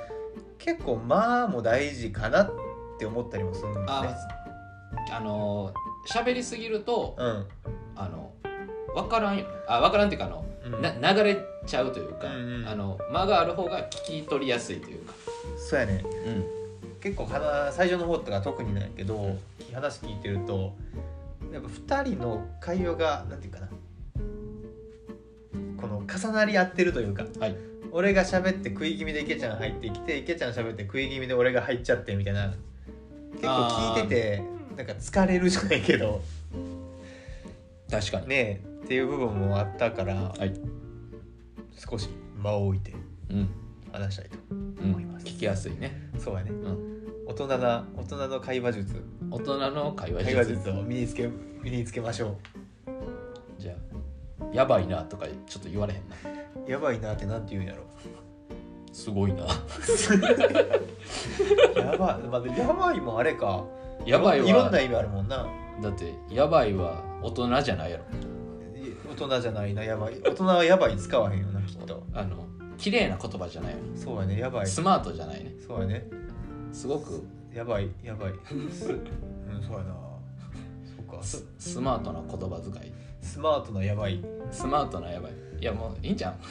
Speaker 3: 結構まあも大事かなって思ったりもするんですね。
Speaker 1: ああのー喋りすぎると
Speaker 3: うん
Speaker 1: あの分からんよあ分からんっていうかあの、
Speaker 3: うん
Speaker 1: な流れちゃうというか、
Speaker 3: うんうん
Speaker 1: あの間がある方が聞き取りやすいというか、
Speaker 3: そうやね
Speaker 1: うん、
Speaker 3: 結構話最初の方とか特になんやけど話聞いてるとやっぱ2人の会話がなんていうかなこの重なり合ってるというか、
Speaker 1: はい
Speaker 3: 俺が喋って食い気味で池ちゃん入ってきて池ちゃん喋って食い気味で俺が入っちゃってみたいな結構聞いててなんか疲れるじゃないけど
Speaker 1: 確かに、
Speaker 3: ねえっていう部分もあったから
Speaker 1: はい、
Speaker 3: 少し間を置いて
Speaker 1: うん
Speaker 3: 話したいと
Speaker 1: うん
Speaker 3: 思います
Speaker 1: 聞きやすいね
Speaker 3: そうやね、
Speaker 1: う
Speaker 3: 大人な大人の会話術
Speaker 1: 大人の会話
Speaker 3: 会話
Speaker 1: 術
Speaker 3: 術を身につけ身につけましょう
Speaker 1: じゃあやばいなとかちょっと言われへんな
Speaker 3: やばいなってなんて言うんやろ
Speaker 1: すごい な
Speaker 3: やばい、まあでもやばいもあれか
Speaker 1: やばい
Speaker 3: いろ
Speaker 1: は
Speaker 3: んな意味あるもんな
Speaker 1: だってやばいは大人じゃないやろ
Speaker 3: 大人じゃないなやばい大人はやばい使わへんよなきっと
Speaker 1: あの綺麗な言葉じゃないよね、
Speaker 3: そうやねやばいそ
Speaker 1: スマートじゃないね
Speaker 3: うやね
Speaker 1: すごく
Speaker 3: やばいやばいすうんそうやなそうか
Speaker 1: ス
Speaker 3: ス
Speaker 1: スマートな言葉遣い
Speaker 3: スマートなやばい
Speaker 1: スマートなやばいいやもういいんじゃん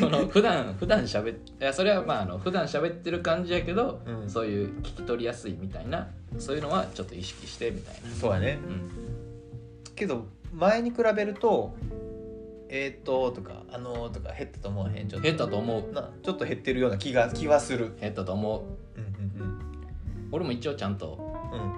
Speaker 1: この普段普段喋っいやそれはまああの普段喋ってる感じやけど、
Speaker 3: うん
Speaker 1: そういう聞き取りやすいみたいなそういうのはちょっと意識してみたいな
Speaker 3: そうやね
Speaker 1: うん
Speaker 3: けど前に比べるとえー、っととかあのー、とか減ったと思わへんちょっと
Speaker 1: 減ったと思う
Speaker 3: なちょっと減ってるような気が気はする
Speaker 1: 減ったと思う
Speaker 3: うんうん
Speaker 1: 俺も一応ちゃんと
Speaker 3: うんうん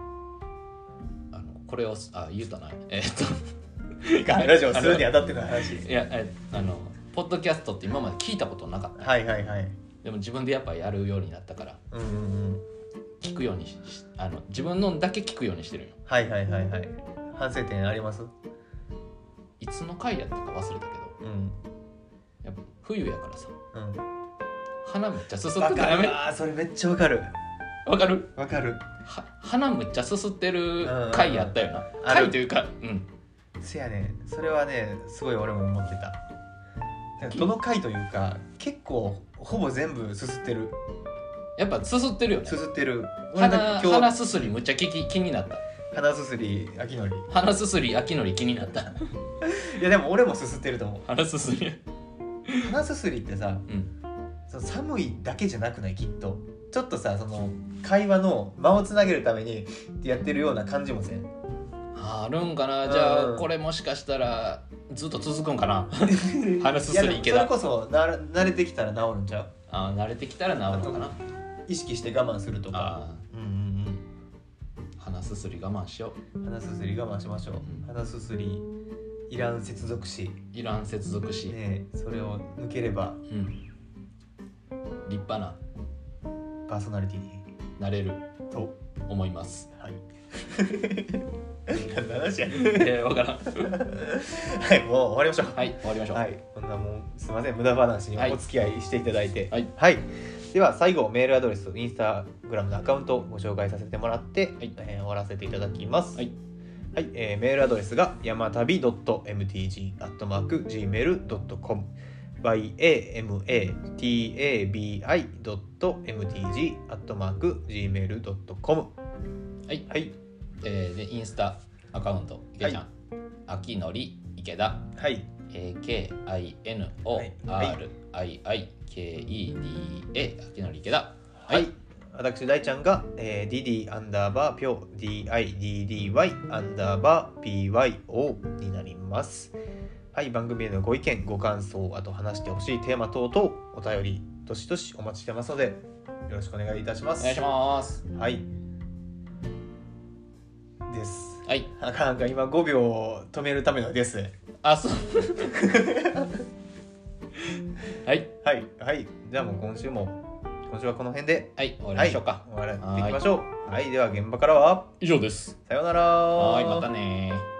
Speaker 1: あのこれをあ言うたなえっと
Speaker 3: いいか ラジオするにあたっての話
Speaker 1: いやえあのポッドキャストって今まで聞いたことなかった
Speaker 3: はいはいはい
Speaker 1: でも自分でやっぱやるようになったから
Speaker 3: うんうんうん
Speaker 1: 聞くようにししあの自分のだけ聞くようにしてるよ
Speaker 3: はいはいはいはい反省点あります
Speaker 1: いつの回やったか忘れたけど
Speaker 3: うん
Speaker 1: やっぱ冬やからさ
Speaker 3: うん
Speaker 1: 鼻めっちゃすすっ
Speaker 3: わ
Speaker 1: てた
Speaker 3: か
Speaker 1: や
Speaker 3: る
Speaker 1: め
Speaker 3: あーそれめっちゃわかる
Speaker 1: わかる
Speaker 3: わかる
Speaker 1: は鼻むっちゃすすってる回やったよな
Speaker 3: うんある
Speaker 1: 回というかうん
Speaker 3: せやねそれはねすごい俺も思ってたなんかどの回というか結構ほぼ全部すすってる
Speaker 1: やっぱすすってるよね
Speaker 3: すすってる俺な
Speaker 1: 鼻
Speaker 3: んか今
Speaker 1: 鼻
Speaker 3: 日
Speaker 1: すすりむっちゃ気気気になった
Speaker 3: 鼻すすり秋のり
Speaker 1: 鼻すすり秋のり気になった
Speaker 3: いやでも俺もすすってると思
Speaker 1: 鼻すすり
Speaker 3: う鼻すすりってさ
Speaker 1: うん
Speaker 3: その寒いだけじゃなくないきっとちょっとさその会話の間をつなげるためにやってるような感じもせん
Speaker 1: あーあるんかなじゃ
Speaker 3: う
Speaker 1: あ
Speaker 3: ん
Speaker 1: これもしかしたらずっと続くんかな鼻す
Speaker 3: い
Speaker 1: す
Speaker 3: やで
Speaker 1: り
Speaker 3: も
Speaker 1: 池
Speaker 3: それ
Speaker 1: 田
Speaker 3: こそなら慣れてきたら治るんちゃう
Speaker 1: あー慣れてきたら治るのかな
Speaker 3: 意識して我慢するとか
Speaker 1: あ
Speaker 3: うんうん
Speaker 1: ー鼻すすり我慢しよ
Speaker 3: うん鼻すすり我慢しましょう
Speaker 1: うん
Speaker 3: 鼻すすりいらん接続詞
Speaker 1: ういらん接続詞、
Speaker 3: ねえそれを抜ければ
Speaker 1: うん立派な
Speaker 3: パーソナリティに
Speaker 1: なれる
Speaker 3: と
Speaker 1: 思います
Speaker 3: はい 何の話や
Speaker 1: えー、分から ん
Speaker 3: はいもう終わりましょう
Speaker 1: はい終わりましょう、
Speaker 3: はい、こんなもうすみません無駄話に
Speaker 1: はい
Speaker 3: お付き合いしていただいて
Speaker 1: はい
Speaker 3: では最後メールアドレスインスタグラムのアカウントをご紹介させてもらって、
Speaker 1: はい
Speaker 3: えー終わらせていただきます
Speaker 1: はい、
Speaker 3: はいえーメールアドレスが山旅 .mtg.gmail.com yamatabi.mtg.gmail.com
Speaker 1: はい
Speaker 3: はい
Speaker 1: えーでインスタアカウント池ちゃん、
Speaker 3: は
Speaker 1: 秋のり池田
Speaker 3: はい、
Speaker 1: AKINORIIKEDA 秋のり池田
Speaker 3: はい、私大ちゃんが、えー、DD アンダーバーピョ DIDDY アンダーバー PYO になりますはい番組へのご意見ご感想あと話してほしいテーマ等々お便りどしどしお待ちしてますのでよろしくお願いいたしま
Speaker 1: お
Speaker 3: す
Speaker 1: 願いします
Speaker 3: はいです
Speaker 1: はい
Speaker 3: なかなか今5秒を止めるためのです
Speaker 1: あそうはい
Speaker 3: はいはいじゃあもう今週も今週はこの辺で
Speaker 1: はい終わりましょうか、
Speaker 3: はい、終わらっていきましょうはいでは現場からは
Speaker 1: 以上です
Speaker 3: さようなら
Speaker 1: はいまたねー